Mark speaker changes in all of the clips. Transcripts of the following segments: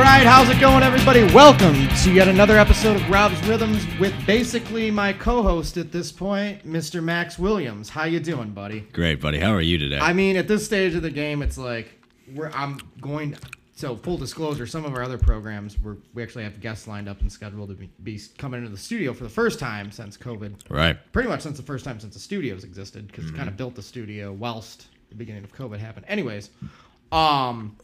Speaker 1: right, how's it going, everybody? Welcome to yet another episode of Rob's Rhythms with basically my co-host at this point, Mr. Max Williams. How you doing, buddy?
Speaker 2: Great, buddy. How are you today?
Speaker 1: I mean, at this stage of the game, it's like we're I'm going. So full disclosure, some of our other programs, we're, we actually have guests lined up and scheduled to be, be coming into the studio for the first time since COVID.
Speaker 2: right.
Speaker 1: pretty much since the first time since the studios existed because kind
Speaker 2: Mm-hmm.
Speaker 1: of built the studio whilst the beginning of covid happened anyways um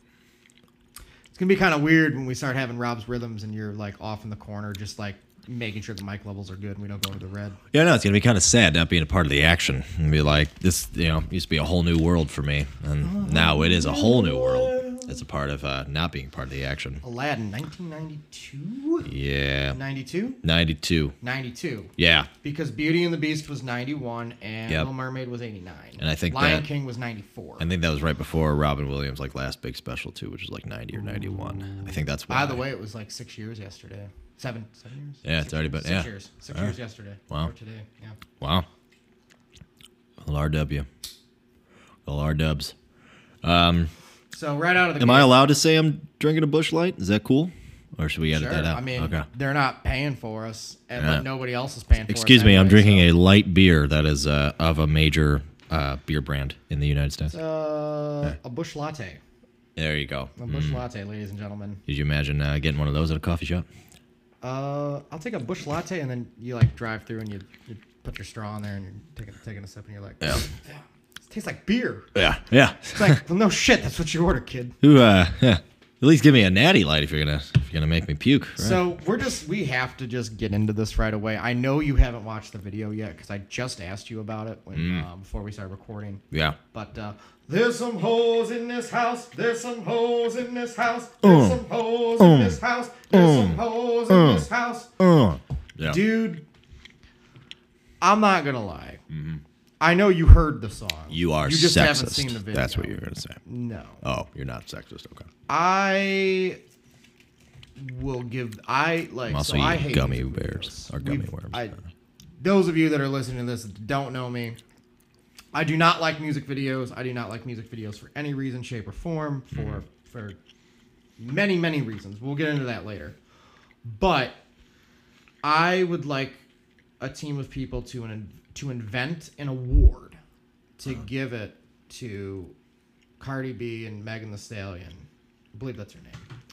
Speaker 1: it's gonna be kind of weird when we start having rob's rhythms and you're like off in the corner just like making sure the mic levels are good and we don't go into the red
Speaker 2: Yeah, no, it's gonna be kind of sad not being a part of the action and be like, this, you know, used to be a whole new world for me, and now it is a whole new world as a part of uh, not being part of the action.
Speaker 1: aladdin 1992
Speaker 2: Yeah,
Speaker 1: 92
Speaker 2: ninety-two.
Speaker 1: 92
Speaker 2: Yeah,
Speaker 1: because Beauty and the Beast was 91 and
Speaker 2: Yep.
Speaker 1: Little Mermaid was 89.
Speaker 2: And I think
Speaker 1: Lion
Speaker 2: that-
Speaker 1: King was 94.
Speaker 2: I think that was right before Robin Williams' like last big special too, which is like ninety or ninety-one. I think that's
Speaker 1: By
Speaker 2: why.
Speaker 1: the way, it was like six years yesterday. Seven, seven years.
Speaker 2: Yeah, it's
Speaker 1: Six-
Speaker 2: already been-
Speaker 1: six
Speaker 2: yeah.
Speaker 1: years. Six
Speaker 2: Yeah.
Speaker 1: years yesterday.
Speaker 2: Wow.
Speaker 1: Or today. Yeah.
Speaker 2: Wow. LRW. LRWs. Um,
Speaker 1: So right out of the
Speaker 2: am
Speaker 1: gate,
Speaker 2: I allowed to say I'm drinking a bush light? Is that cool? Or should we edit
Speaker 1: sure.
Speaker 2: that out?
Speaker 1: I mean,
Speaker 2: okay.
Speaker 1: they're not paying for us, and
Speaker 2: Yeah.
Speaker 1: like, nobody else is paying. for
Speaker 2: Excuse
Speaker 1: us
Speaker 2: me, I'm
Speaker 1: anyway,
Speaker 2: drinking a light beer that is uh, of a major uh, beer brand in the United States.
Speaker 1: so- Uh, a bush latte.
Speaker 2: There you go.
Speaker 1: A bush latte, ladies and gentlemen.
Speaker 2: Did you imagine uh, getting one of those at a coffee shop?
Speaker 1: Uh, I'll take a bush latte, and then you like drive through, and you, you put your straw in there, and you're taking taking a sip, and you're like, yeah. It tastes like beer.
Speaker 2: Yeah, yeah.
Speaker 1: It's like, well, no shit, that's what you order, kid.
Speaker 2: Ooh, uh, yeah. At least give me a natty light if you're gonna if you're gonna make me puke. Right?
Speaker 1: So we're just we have to just get into this right away. I know you haven't watched the video yet because I just asked you about it when,
Speaker 2: Mm.
Speaker 1: uh, before we started recording.
Speaker 2: yeah.
Speaker 1: But uh, there's some hoes in this house. There's some hoes in this house. There's
Speaker 2: Mm.
Speaker 1: some hoes in this house. There's some hoes in this house.
Speaker 2: Uh, Mm. yeah.
Speaker 1: Dude, I'm not gonna lie. I know you heard the song.
Speaker 2: Mm-hmm. you are
Speaker 1: You just
Speaker 2: sexist.
Speaker 1: haven't seen the video.
Speaker 2: That's what you're gonna say.
Speaker 1: No.
Speaker 2: Oh, you're not sexist. Okay.
Speaker 1: I will give I like
Speaker 2: Also,
Speaker 1: so
Speaker 2: you
Speaker 1: I hate
Speaker 2: gummy
Speaker 1: music
Speaker 2: bears
Speaker 1: videos.
Speaker 2: or gummy
Speaker 1: We've-
Speaker 2: worms.
Speaker 1: I, those of you that are listening to this that don't know me. I do not like music videos. I do not like music videos for any reason, shape, or form. For
Speaker 2: Mm-hmm.
Speaker 1: for many many reasons. We'll get into that later. But I would like a team of people to an, to invent an award to
Speaker 2: Uh-huh.
Speaker 1: give it to Cardi B and Megan the Stallion. I believe that's her name.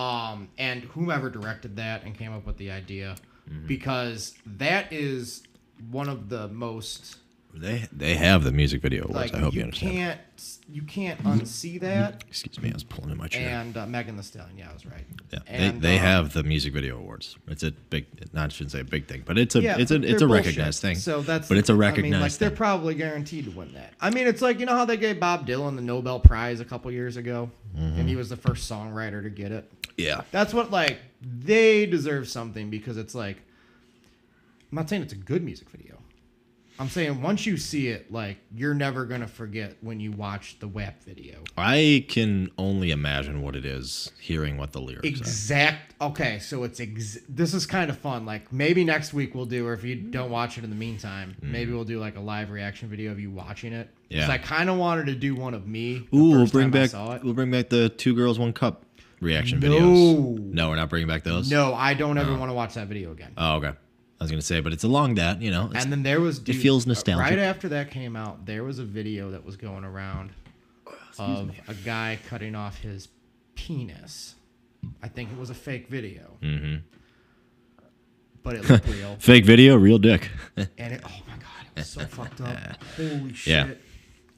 Speaker 1: Um, and whomever directed that and came up with the idea,
Speaker 2: Mm-hmm.
Speaker 1: because that is one of the most
Speaker 2: They they have the music video awards.
Speaker 1: like
Speaker 2: I hope you,
Speaker 1: you
Speaker 2: understand. Mm-hmm.
Speaker 1: can't you can't unsee that.
Speaker 2: Excuse me, I was pulling in my chair.
Speaker 1: And uh, Megan the Stallion, yeah, I was right.
Speaker 2: Yeah,
Speaker 1: And,
Speaker 2: they, they
Speaker 1: um,
Speaker 2: have the music video awards. It's a big, not I shouldn't say a big thing, but it's a
Speaker 1: Yeah,
Speaker 2: it's a
Speaker 1: but
Speaker 2: it's
Speaker 1: they're
Speaker 2: a
Speaker 1: bullshit.
Speaker 2: recognized thing.
Speaker 1: So that's
Speaker 2: but it's
Speaker 1: I
Speaker 2: a
Speaker 1: mean, like
Speaker 2: recognized
Speaker 1: they're
Speaker 2: thing.
Speaker 1: probably guaranteed to win that. I mean, it's like you know how they gave Bob Dylan the Nobel Prize a couple years ago, and
Speaker 2: Mm-hmm.
Speaker 1: he was the first songwriter to get it.
Speaker 2: yeah,
Speaker 1: That's what like they deserve something because it's like I'm not saying it's a good music video. I'm saying once you see it, like you're never gonna forget when you watch the WAP video.
Speaker 2: I can only imagine what it is hearing what the lyrics are.
Speaker 1: Exact. Okay, so it's ex- this is kind of fun. Like maybe next week we'll do, or if you don't watch it in the meantime, maybe we'll do like a live reaction video of you watching it. 'Cause
Speaker 2: Mm-hmm. Yeah.
Speaker 1: I kind of wanted to do one of me. the
Speaker 2: Ooh, we'll
Speaker 1: first
Speaker 2: bring
Speaker 1: time I
Speaker 2: back
Speaker 1: saw it.
Speaker 2: we'll bring back the two girls one cup reaction
Speaker 1: No.
Speaker 2: videos. No, we're not bringing back those.
Speaker 1: No, I don't
Speaker 2: Uh-huh.
Speaker 1: ever want to watch that video again.
Speaker 2: Oh, okay. I was gonna say, but it's along that you know. It's,
Speaker 1: And then there was dude,
Speaker 2: feels
Speaker 1: uh,
Speaker 2: nostalgic.
Speaker 1: Right after that came out, there was a video that was going around of a guy cutting off his penis. I think it was a fake video. Mm-hmm. But it looked real.
Speaker 2: fake video, real dick.
Speaker 1: And it, oh my god, it was so fucked up. Holy shit.
Speaker 2: Yeah.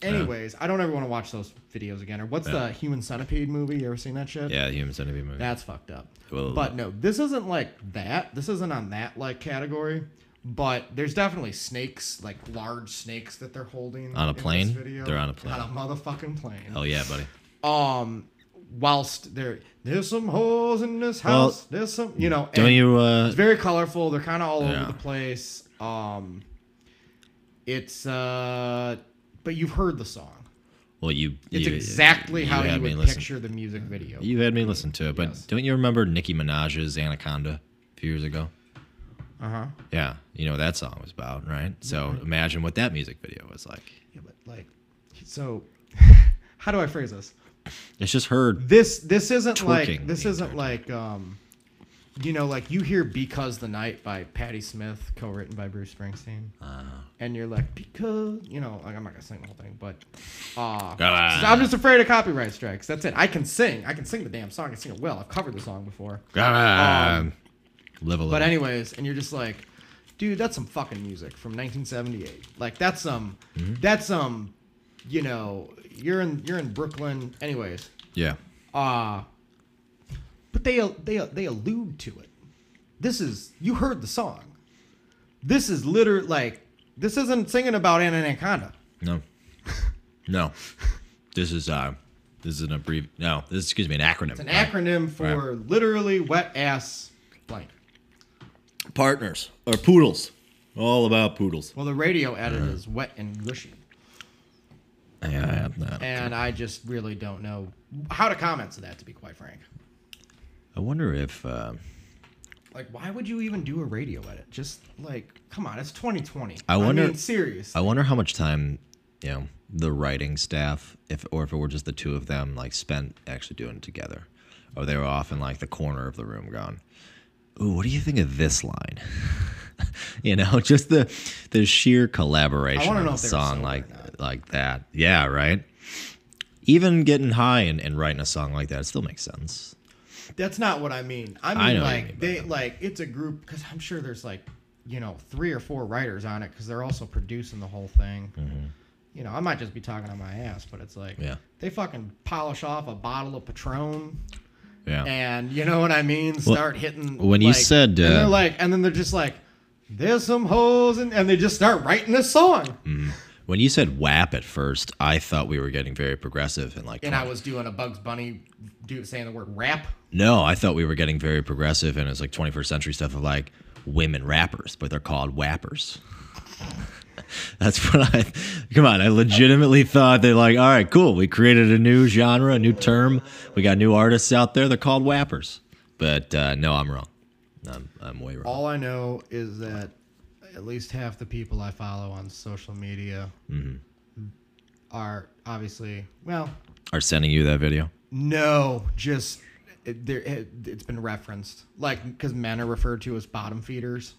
Speaker 1: Anyways, I don't ever want to watch those videos again. Or what's the Human Centipede movie? You ever seen that shit?
Speaker 2: yeah, the human centipede movie.
Speaker 1: That's fucked up.
Speaker 2: Well-
Speaker 1: but no, this isn't like that. This isn't on that like category. But there's definitely snakes, like large snakes that they're holding
Speaker 2: On a
Speaker 1: in this
Speaker 2: plane?
Speaker 1: video.
Speaker 2: They're on a plane. Oh.
Speaker 1: On a motherfucking plane.
Speaker 2: Hell yeah, buddy.
Speaker 1: Um, whilst there, there's some holes in this
Speaker 2: Well,
Speaker 1: house. there's some, you know.
Speaker 2: Don't
Speaker 1: and-
Speaker 2: you? Uh,
Speaker 1: it's very colorful. They're kind of all
Speaker 2: Yeah.
Speaker 1: over the place. Um, it's uh, but you've heard the song.
Speaker 2: well, you.
Speaker 1: It's
Speaker 2: you-
Speaker 1: exactly how
Speaker 2: had
Speaker 1: you
Speaker 2: me
Speaker 1: would
Speaker 2: listen-
Speaker 1: picture the music video.
Speaker 2: You had me listen to it, but
Speaker 1: Yes.
Speaker 2: don't you remember Nicki Minaj's Anaconda a few years ago?
Speaker 1: Uh huh.
Speaker 2: Yeah, you know what that song was about, right? So
Speaker 1: Mm-hmm.
Speaker 2: imagine what that music video was like.
Speaker 1: Yeah, but like, so how do I phrase this?
Speaker 2: It's just her.
Speaker 1: This this isn't like
Speaker 2: Twerking
Speaker 1: this
Speaker 2: the
Speaker 1: isn't
Speaker 2: entire
Speaker 1: like um, you know, like you hear "Because the Night" by Patti Smith, co-written by Bruce Springsteen,
Speaker 2: Ah.
Speaker 1: and you're like, because you know, like I'm not gonna sing the whole thing, but uh,
Speaker 2: Ah.
Speaker 1: I'm just afraid of copyright strikes. That's it. I can sing. I can sing the damn song. I can sing it well. I've covered the song before.
Speaker 2: God. live a little.
Speaker 1: Um, But anyways, and you're just like, dude, that's some fucking music from 1978. Like that's some,
Speaker 2: Mm-hmm.
Speaker 1: that's some, you know, you're in you're in Brooklyn. Anyways,
Speaker 2: yeah.
Speaker 1: uh but they they they allude to it. This is you heard the song. This is literally like this isn't singing about an anaconda.
Speaker 2: No. No. This is uh this is an abbrev no, this is, excuse me, an acronym.
Speaker 1: It's an acronym for literally wet ass blank.
Speaker 2: Partners or poodles. All about poodles.
Speaker 1: Well, the radio edit
Speaker 2: Mm-hmm.
Speaker 1: is wet and gushy.
Speaker 2: Yeah, yeah, yeah.
Speaker 1: and I just really don't know how to comment to that, to be quite frank.
Speaker 2: I wonder if uh,
Speaker 1: Like, why would you even do a radio edit? Just like, come on, it's 2020.
Speaker 2: I wonder-
Speaker 1: mean, serious.
Speaker 2: I wonder how much time, you know, the writing staff, if or if it were just the two of them, like spent actually doing it together, or they were off in like the corner of the room, going, "Ooh, what do you think of this line?" you know, just the the sheer collaboration
Speaker 1: wanna
Speaker 2: on
Speaker 1: know
Speaker 2: a
Speaker 1: if they were
Speaker 2: song
Speaker 1: sober or
Speaker 2: like like that. Yeah, right. Even getting high and, and writing a song like that, it still makes sense.
Speaker 1: That's not what I mean. I mean,
Speaker 2: I know what you
Speaker 1: like,
Speaker 2: mean by
Speaker 1: they
Speaker 2: that.
Speaker 1: like it's a group because I'm sure there's like, you know, three or four writers on it because they're also producing the whole thing. You know, I might just be talking on my ass, but it's like,
Speaker 2: Mm-hmm. Yeah.
Speaker 1: they fucking polish off a bottle of Patron.
Speaker 2: Yeah.
Speaker 1: and you know what I mean. Start hitting.
Speaker 2: Oh. when you
Speaker 1: like-
Speaker 2: said,
Speaker 1: and they're
Speaker 2: uh,
Speaker 1: like, and then they're just like, "There's some holes," and, and they just start writing this song.
Speaker 2: Mm-hmm. when you said WAP at first, I thought we were getting very progressive and like
Speaker 1: And I was doing a Bugs Bunny, do, saying the word rap.
Speaker 2: No, I thought we were getting very progressive and it's like 21st century stuff of like women rappers, but they're called wappers. That's what I come on. I legitimately thought they like, all right, cool. We created a new genre, a new term. We got new artists out there. They're called wappers. But uh, no, I'm wrong. I'm, I'm way wrong.
Speaker 1: All I know is that at least half the people I follow on social media
Speaker 2: Mm-hmm.
Speaker 1: are obviously well,
Speaker 2: Are sending you that video?
Speaker 1: no, just it, there. It, it's been referenced, like because men are referred to as bottom feeders,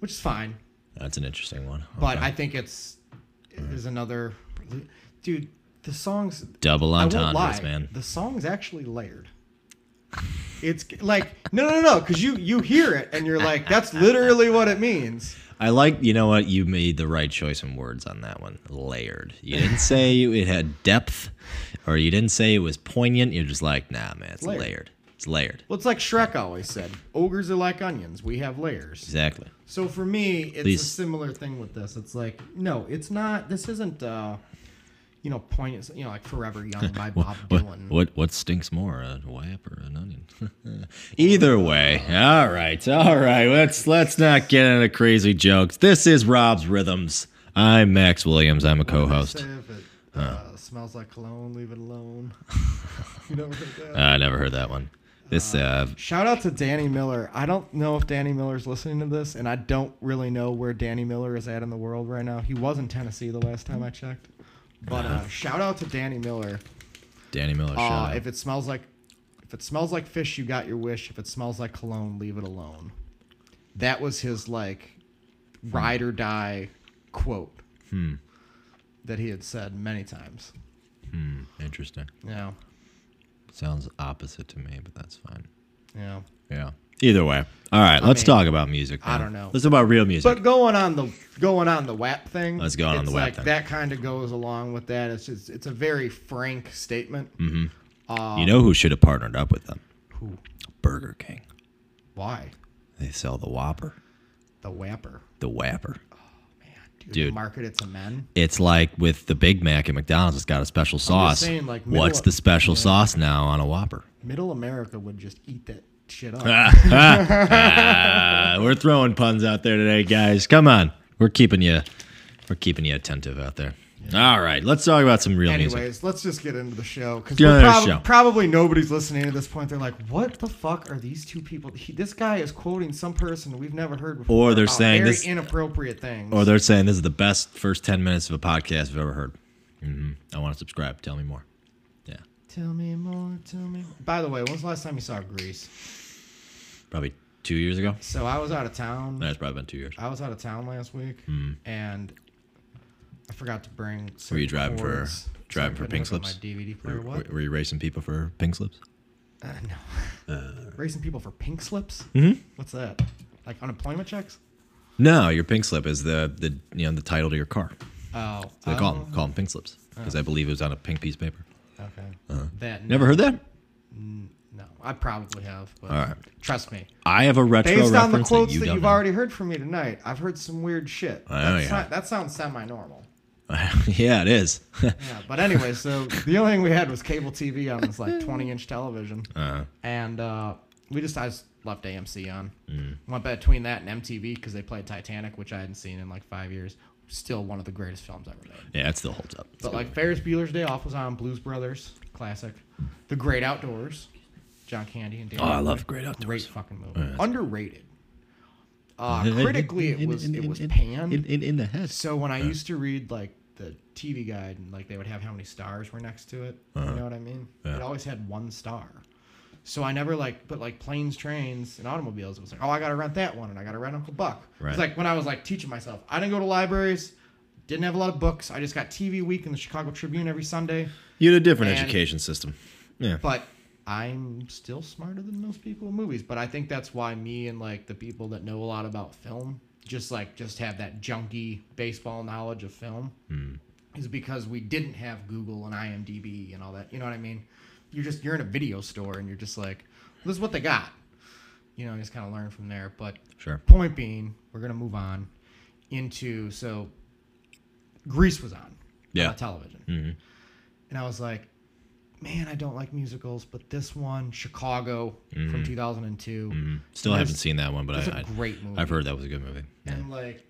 Speaker 1: which is fine.
Speaker 2: That's an interesting one.
Speaker 1: but
Speaker 2: Okay.
Speaker 1: I think it's there's another dude. The songs
Speaker 2: double
Speaker 1: I won't
Speaker 2: entendres,
Speaker 1: lie,
Speaker 2: man.
Speaker 1: The song's actually layered. It's like no, no, no, because you you hear it and you're like, that's literally what it means.
Speaker 2: I like, you know what? You made the right choice in words on that one. Layered. You didn't say it had depth or you didn't say it was poignant. You're just like, nah, man, it's
Speaker 1: Layered.
Speaker 2: layered. It's layered.
Speaker 1: Well, it's like Shrek always said, ogres are like onions. We have layers.
Speaker 2: Exactly.
Speaker 1: So for me, it's
Speaker 2: Please.
Speaker 1: a similar thing with this. It's like no, it's not. This isn't. uh you know, poignant, you know, like Forever Young by Bob
Speaker 2: What,
Speaker 1: Dylan.
Speaker 2: what what stinks more, a whap or an onion? Either way, all right, all right. Let's let's not get into crazy jokes. This is Rob's Rhythms. I'm Max Williams. I'm a
Speaker 1: Say
Speaker 2: co-host.
Speaker 1: if it uh, smells like cologne, leave it alone. you never heard that?
Speaker 2: Ah, I never heard that one. This uh,
Speaker 1: Shout out to Danny Miller. I don't know if Danny Miller's listening to this, and I don't really know where Danny Miller is at in the world right now. He was in Tennessee the last time I checked. But uh, shout out to Danny Miller.
Speaker 2: Danny Miller. shout
Speaker 1: Uh,
Speaker 2: out.
Speaker 1: if it smells like if it smells like fish, you got your wish. If it smells like cologne, leave it alone. That was his like
Speaker 2: Hmm.
Speaker 1: ride or die quote that he had said many times.
Speaker 2: Interesting.
Speaker 1: Yeah.
Speaker 2: Sounds opposite to me, but that's fine.
Speaker 1: Yeah.
Speaker 2: Yeah. Either way. All right, let's
Speaker 1: mean,
Speaker 2: talk about music.
Speaker 1: I
Speaker 2: then.
Speaker 1: don't know.
Speaker 2: Let's talk about real music.
Speaker 1: But going on the going on the WAP thing.
Speaker 2: Let's go on
Speaker 1: it's
Speaker 2: the WAP
Speaker 1: like
Speaker 2: thing.
Speaker 1: That kind of goes along with that. It's just it's a very frank statement.
Speaker 2: Mm-hmm. you know who should have partnered up with them?
Speaker 1: um, Who?
Speaker 2: Burger King.
Speaker 1: Why
Speaker 2: They sell the Whopper,
Speaker 1: the WAPper?
Speaker 2: the Whapper.
Speaker 1: Man, dude,
Speaker 2: Dude.
Speaker 1: market it to men.
Speaker 2: It's like with the Big Mac at McDonald's, it's got a special sauce.
Speaker 1: saying, like, middle
Speaker 2: What's
Speaker 1: of-
Speaker 2: the special sauce now on a Whopper?
Speaker 1: Middle America would just eat that shit up.
Speaker 2: Uh, we're throwing puns out there today, guys. Come on, we're keeping you, we're keeping you attentive out there. All right, let's talk about some real
Speaker 1: Anyways,
Speaker 2: music.
Speaker 1: let's just get into the show because
Speaker 2: Get into the show.
Speaker 1: probably nobody's listening at this point. They're like, "What the fuck are these two people? He, this guy is quoting some person we've never heard before."
Speaker 2: Or they're
Speaker 1: about
Speaker 2: saying
Speaker 1: very
Speaker 2: this-
Speaker 1: inappropriate things.
Speaker 2: Or Oh, they're saying this is the Mm-hmm. best first ten minutes of a podcast I've ever heard. hmm I want to subscribe. Tell me more. Yeah.
Speaker 1: Tell me more, tell me. By the way, when's the last time you saw Grease?
Speaker 2: Probably two years ago.
Speaker 1: So I was out of town.
Speaker 2: No, it's probably been two years.
Speaker 1: I was out of town last week, and I forgot to bring.
Speaker 2: Hmm. Were
Speaker 1: certain
Speaker 2: you driving for-
Speaker 1: cords, so I
Speaker 2: driving for
Speaker 1: couldn't
Speaker 2: pink
Speaker 1: hook up
Speaker 2: slips?
Speaker 1: My DVD player.
Speaker 2: Were,
Speaker 1: What?
Speaker 2: were- were you racing people for pink slips?
Speaker 1: Uh, no. Racing people for pink slips?
Speaker 2: Uh. Mm-hmm.
Speaker 1: What's that? Like unemployment checks?
Speaker 2: No, your pink slip is the the you know the title to your car.
Speaker 1: Oh.
Speaker 2: So they call
Speaker 1: oh,
Speaker 2: them call them pink slips because I believe it was on a pink piece of paper.
Speaker 1: Okay. That
Speaker 2: Uh-huh. Never heard that?
Speaker 1: No, I probably have. But
Speaker 2: All right.
Speaker 1: Trust me.
Speaker 2: I have a retro
Speaker 1: Based on the
Speaker 2: reference
Speaker 1: quotes
Speaker 2: that, you
Speaker 1: that,
Speaker 2: don't
Speaker 1: you've
Speaker 2: know. Oh,
Speaker 1: already heard from me tonight, I've heard some weird shit.
Speaker 2: I know
Speaker 1: That's
Speaker 2: you
Speaker 1: not-
Speaker 2: have.
Speaker 1: that sounds semi-normal.
Speaker 2: yeah, it is.
Speaker 1: Yeah, but anyway, so the only thing we had was cable TV on this like 20 inch television.
Speaker 2: Uh,
Speaker 1: And uh, we just, I just left AMC on.
Speaker 2: Mm.
Speaker 1: Went between that and MTV because they played Titanic, which I hadn't seen in like five years. Still one of the greatest films ever made.
Speaker 2: yeah, it still holds up. It's
Speaker 1: But
Speaker 2: good.
Speaker 1: like Ferris Bueller's Day Off was on, Blues Brothers, classic. The Great Outdoors, John Candy and Dan.
Speaker 2: oh, I
Speaker 1: Aykroyd.
Speaker 2: love Great
Speaker 1: Great
Speaker 2: Outdoors.
Speaker 1: fucking movie. Underrated. Uh, critically, it was it was panned.
Speaker 2: in the head.
Speaker 1: So when I used to read like the TV guide and like they would have how many stars were next to it, you know what I mean? It always had one star. So I never like put like planes, trains, and automobiles. It was like, oh, I gotta rent that one, and I gotta rent Uncle Buck.
Speaker 2: Right.
Speaker 1: It's like when I was like teaching myself, I didn't go to libraries, didn't have a lot of books. I just got TV Week and the Chicago Tribune every Sunday.
Speaker 2: You had a different
Speaker 1: And-
Speaker 2: education system. Yeah.
Speaker 1: But I'm still smarter than most people in movies. But I think that's why me and like the people that know a lot about film just like just have that junky baseball knowledge of film is because we didn't have Google and IMDb and all that. You know what I mean? You're just you're in a video store and you're just like, this is what they got. You know, and just kind of learn from there. But
Speaker 2: Sure.
Speaker 1: point being, we're gonna move on into so Grease was on
Speaker 2: Yeah.
Speaker 1: on television, and I was like, man, I don't like musicals, but this one, Chicago from 2002,
Speaker 2: Still
Speaker 1: There's-
Speaker 2: haven't seen that one, but
Speaker 1: that's
Speaker 2: I,
Speaker 1: a
Speaker 2: I,
Speaker 1: great movie.
Speaker 2: I've heard that was a good movie. Yeah.
Speaker 1: and like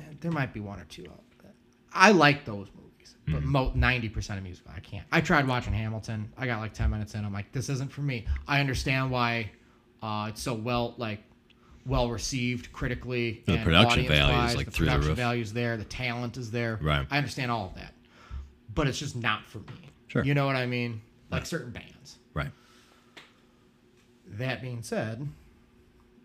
Speaker 1: eh, there might be one or two out there. I like those movies, but
Speaker 2: Mm-hmm.
Speaker 1: mo- 90% of music I can't. I tried watching Hamilton. I got like 10 minutes in. I'm like, this isn't for me. I understand why uh, it's so well like well received critically.
Speaker 2: The
Speaker 1: and
Speaker 2: production value is,
Speaker 1: audience-wise,
Speaker 2: like,
Speaker 1: the
Speaker 2: through the
Speaker 1: production
Speaker 2: roof.
Speaker 1: value is there. The talent is there.
Speaker 2: Right.
Speaker 1: I understand all of that, but it's just not for me.
Speaker 2: Sure.
Speaker 1: You know what I mean? Like certain bands.
Speaker 2: Right.
Speaker 1: That being said,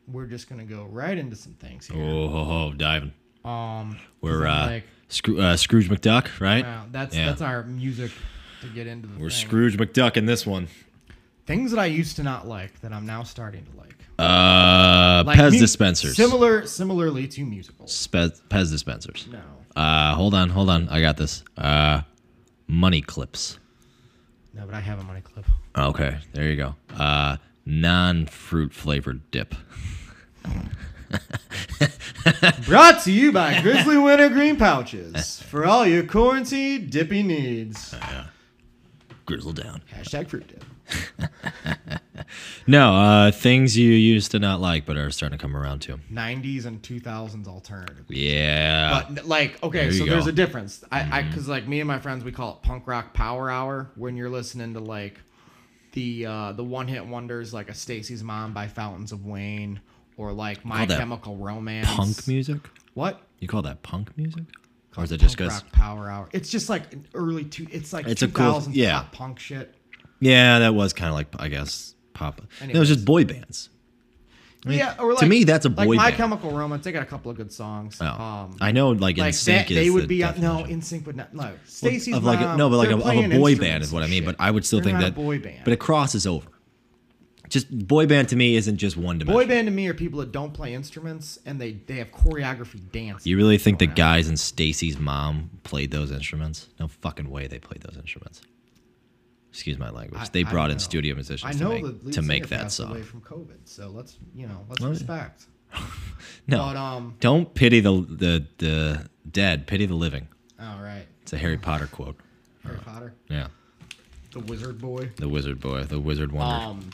Speaker 1: we're just gonna go right into some things here.
Speaker 2: Oh, ho, ho, diving.
Speaker 1: Um, 'cause
Speaker 2: We're
Speaker 1: I'm
Speaker 2: uh,
Speaker 1: like,
Speaker 2: Scroo- uh, Scrooge McDuck, right?
Speaker 1: wow, that's
Speaker 2: yeah.
Speaker 1: that's our music to get into the
Speaker 2: We're
Speaker 1: thing.
Speaker 2: Scrooge McDuck in this one.
Speaker 1: things that I used to not like that I'm now starting to like.
Speaker 2: Uh,
Speaker 1: like
Speaker 2: Pez
Speaker 1: mu-
Speaker 2: dispensers.
Speaker 1: Similar, similarly to musicals.
Speaker 2: Spe- Pez dispensers.
Speaker 1: No,
Speaker 2: Uh, hold on, hold on. I got this. Uh, money clips.
Speaker 1: no, but I have a money clip.
Speaker 2: Okay, there you go. Uh, non-fruit flavored dip.
Speaker 1: Brought to you by Grizzly Wintergreen Pouches for all your quarantine dippy needs.
Speaker 2: Grizzle down.
Speaker 1: Hashtag fruit dip.
Speaker 2: No, uh, things you used to not like but are starting to come around to.
Speaker 1: 90s and 2000s alternative.
Speaker 2: Yeah.
Speaker 1: But Uh, like, okay,
Speaker 2: There you
Speaker 1: so there's
Speaker 2: go. Mm-hmm.
Speaker 1: a difference. I, I, cause like me and my friends, we call it punk rock power hour when you're listening to like the uh, the one hit wonders like a Stacy's Mom by Fountains of Wayne or like My
Speaker 2: Call that
Speaker 1: Chemical Romance.
Speaker 2: punk music?
Speaker 1: What?
Speaker 2: You call that punk music? Or is it just
Speaker 1: punk
Speaker 2: because?
Speaker 1: rock power hour? It's just like an early two. It's like
Speaker 2: It's a cool-
Speaker 1: 2000s
Speaker 2: yeah.
Speaker 1: pop punk shit.
Speaker 2: Yeah, that was kind of like I guess pop. No, it was
Speaker 1: Anyways.
Speaker 2: just boy bands. I mean,
Speaker 1: yeah, or like
Speaker 2: to me that's a
Speaker 1: like
Speaker 2: boy
Speaker 1: My
Speaker 2: band.
Speaker 1: Chemical Romance. They got a couple of good songs.
Speaker 2: Oh.
Speaker 1: Um,
Speaker 2: I know, like,
Speaker 1: like that,
Speaker 2: NSYNC
Speaker 1: they
Speaker 2: is
Speaker 1: would
Speaker 2: the
Speaker 1: be uh, no
Speaker 2: definition.
Speaker 1: in sync would not no
Speaker 2: Well,
Speaker 1: Stacy's
Speaker 2: of like a-
Speaker 1: Mom,
Speaker 2: no, but like
Speaker 1: they're
Speaker 2: a, of
Speaker 1: playing
Speaker 2: a boy band
Speaker 1: instruments
Speaker 2: is what I
Speaker 1: and
Speaker 2: mean.
Speaker 1: shit.
Speaker 2: But I would still
Speaker 1: They're
Speaker 2: think
Speaker 1: not
Speaker 2: that.
Speaker 1: a boy band.
Speaker 2: But it crosses over. Just boy band to me isn't just one dimension.
Speaker 1: Boy band to me are people that don't play instruments and they, they have choreography dance.
Speaker 2: You really think the guys in Stacy's mom played those instruments? No fucking way they played those instruments. Excuse my language.
Speaker 1: I-
Speaker 2: they
Speaker 1: I
Speaker 2: brought in
Speaker 1: know.
Speaker 2: studio
Speaker 1: I
Speaker 2: musicians to
Speaker 1: know the
Speaker 2: make,
Speaker 1: lead
Speaker 2: to make
Speaker 1: singer
Speaker 2: that
Speaker 1: passed away
Speaker 2: song.
Speaker 1: from COVID, so let's you know let's
Speaker 2: Well, yeah.
Speaker 1: respect.
Speaker 2: No,
Speaker 1: But um,
Speaker 2: don't pity the the the dead. Pity the living.
Speaker 1: all right,
Speaker 2: It's a Harry Potter quote.
Speaker 1: Harry Potter,
Speaker 2: Yeah,
Speaker 1: the Wizard Boy.
Speaker 2: the wizard boy, the wizard wonder.
Speaker 1: Um,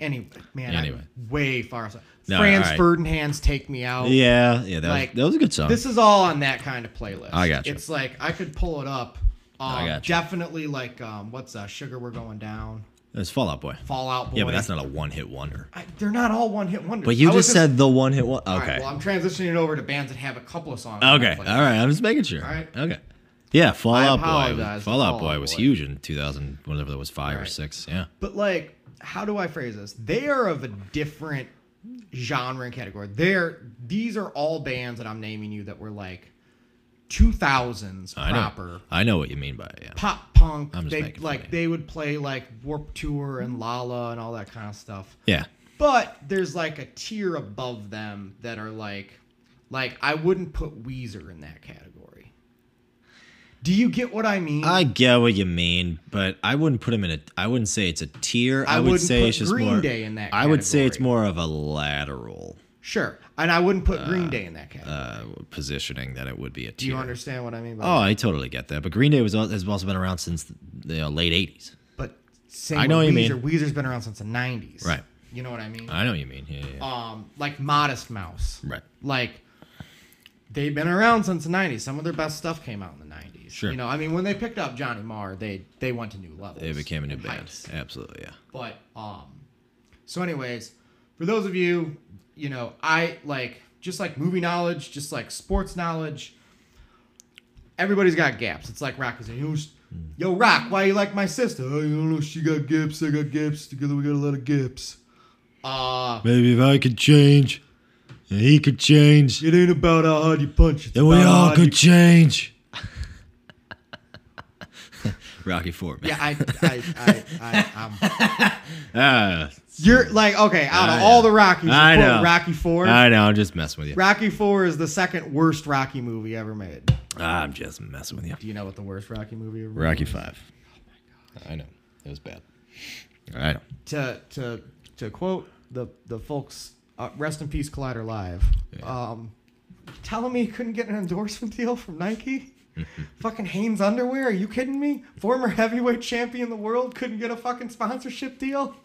Speaker 1: anyway, man,
Speaker 2: Anyway.
Speaker 1: I'm way far aside.
Speaker 2: No,
Speaker 1: Franz
Speaker 2: all right.
Speaker 1: Ferdinand's "Take Me Out."
Speaker 2: yeah, yeah, that,
Speaker 1: Oh. like,
Speaker 2: was, that was a good song.
Speaker 1: This is all on that kind of playlist.
Speaker 2: I gotcha.
Speaker 1: It's like I could pull it up. Um,
Speaker 2: I gotcha.
Speaker 1: Definitely like um, what's uh, "Sugar We're Going Down,"
Speaker 2: it was Fallout Boy.
Speaker 1: "Fallout Boy."
Speaker 2: Yeah, but that's not a one hit wonder.
Speaker 1: I, they're not all one hit wonders.
Speaker 2: But you
Speaker 1: I was
Speaker 2: just said the one hit one.
Speaker 1: All right,
Speaker 2: Okay.
Speaker 1: well, I'm transitioning over to bands that have a couple of songs. on
Speaker 2: okay.
Speaker 1: that
Speaker 2: All
Speaker 1: playlist.
Speaker 2: right. I'm just making sure.
Speaker 1: All right.
Speaker 2: Okay. Yeah, Fallout Boy.
Speaker 1: apologize
Speaker 2: Was,
Speaker 1: to
Speaker 2: Fallout
Speaker 1: Fall
Speaker 2: Boy
Speaker 1: Out
Speaker 2: was
Speaker 1: Boy.
Speaker 2: huge in 2000, whenever that was five or
Speaker 1: Right.
Speaker 2: six. Yeah.
Speaker 1: But like, how do I phrase this? They are of a different genre and category. They're these are all bands that I'm naming you that were like 2000s
Speaker 2: I know.
Speaker 1: proper
Speaker 2: I know what you mean by it. Yeah.
Speaker 1: pop punk.
Speaker 2: I'm just
Speaker 1: They
Speaker 2: making fun of
Speaker 1: like
Speaker 2: you.
Speaker 1: they would play like Warp Tour and Lala and all that kind of stuff.
Speaker 2: Yeah.
Speaker 1: But there's like a tier above them that are like, like I wouldn't put Weezer in that category. Do you get what I mean?
Speaker 2: I get what you mean, but I wouldn't put him in a. I wouldn't say it's a tier. I,
Speaker 1: I
Speaker 2: would
Speaker 1: wouldn't
Speaker 2: say
Speaker 1: put
Speaker 2: it's just
Speaker 1: Green
Speaker 2: more.
Speaker 1: Day in that
Speaker 2: I would say it's
Speaker 1: category.
Speaker 2: more of a lateral
Speaker 1: sure, and I wouldn't put Green Day in that category.
Speaker 2: uh, positioning than it would be a tier.
Speaker 1: Do you understand what I mean? By
Speaker 2: Oh,
Speaker 1: that?
Speaker 2: I totally get that. But Green Day was al- has also been around since the you know, late '80s.
Speaker 1: But same
Speaker 2: I know
Speaker 1: with
Speaker 2: what
Speaker 1: Weezer.
Speaker 2: you mean.
Speaker 1: Weezer's been around since the '90s.
Speaker 2: Right.
Speaker 1: You know what I mean?
Speaker 2: I know what you mean. Yeah, yeah, yeah.
Speaker 1: um, like Modest Mouse.
Speaker 2: Right.
Speaker 1: Like they've been around since the '90s. Some of their best stuff came out in the '90s.
Speaker 2: Sure.
Speaker 1: You know, I mean, when they picked up Johnny Marr, they they went to new levels.
Speaker 2: They became a new
Speaker 1: and
Speaker 2: band.
Speaker 1: heights.
Speaker 2: Absolutely, yeah.
Speaker 1: But um, so anyways, for those of you, you know, I like just like movie knowledge, just like sports knowledge. Everybody's got gaps. It's like Rock was saying, "Yo, s- "Yo, Rock, why you like my sister? Oh, you don't know, she got gaps. I got gaps. Together we got a lot of gaps." Uh,
Speaker 2: Maybe if I could change, and he could change,
Speaker 1: It ain't about how hard you punch. It's about how hard you-
Speaker 2: change. Rocky Four, man.
Speaker 1: Yeah, I, I, I, I, I'm.
Speaker 2: Ah,
Speaker 1: You're like okay. Out of
Speaker 2: I
Speaker 1: all
Speaker 2: know.
Speaker 1: the Rockies,
Speaker 2: I
Speaker 1: you quote
Speaker 2: know.
Speaker 1: Rocky Four.
Speaker 2: I know. I'm just messing with you.
Speaker 1: Rocky Four is the second worst Rocky movie ever made.
Speaker 2: Ah, I'm just messing with you.
Speaker 1: Do you know what the worst Rocky movie ever?
Speaker 2: Rocky
Speaker 1: was?
Speaker 2: Five.
Speaker 1: Oh
Speaker 2: I know. It was bad. I know.
Speaker 1: To to to quote the the folks, uh, rest in peace, Collider Live. Um, telling me you couldn't get an endorsement deal from Nike. fucking Hanes underwear? Are you kidding me? Former heavyweight champion of the world couldn't get a fucking sponsorship deal.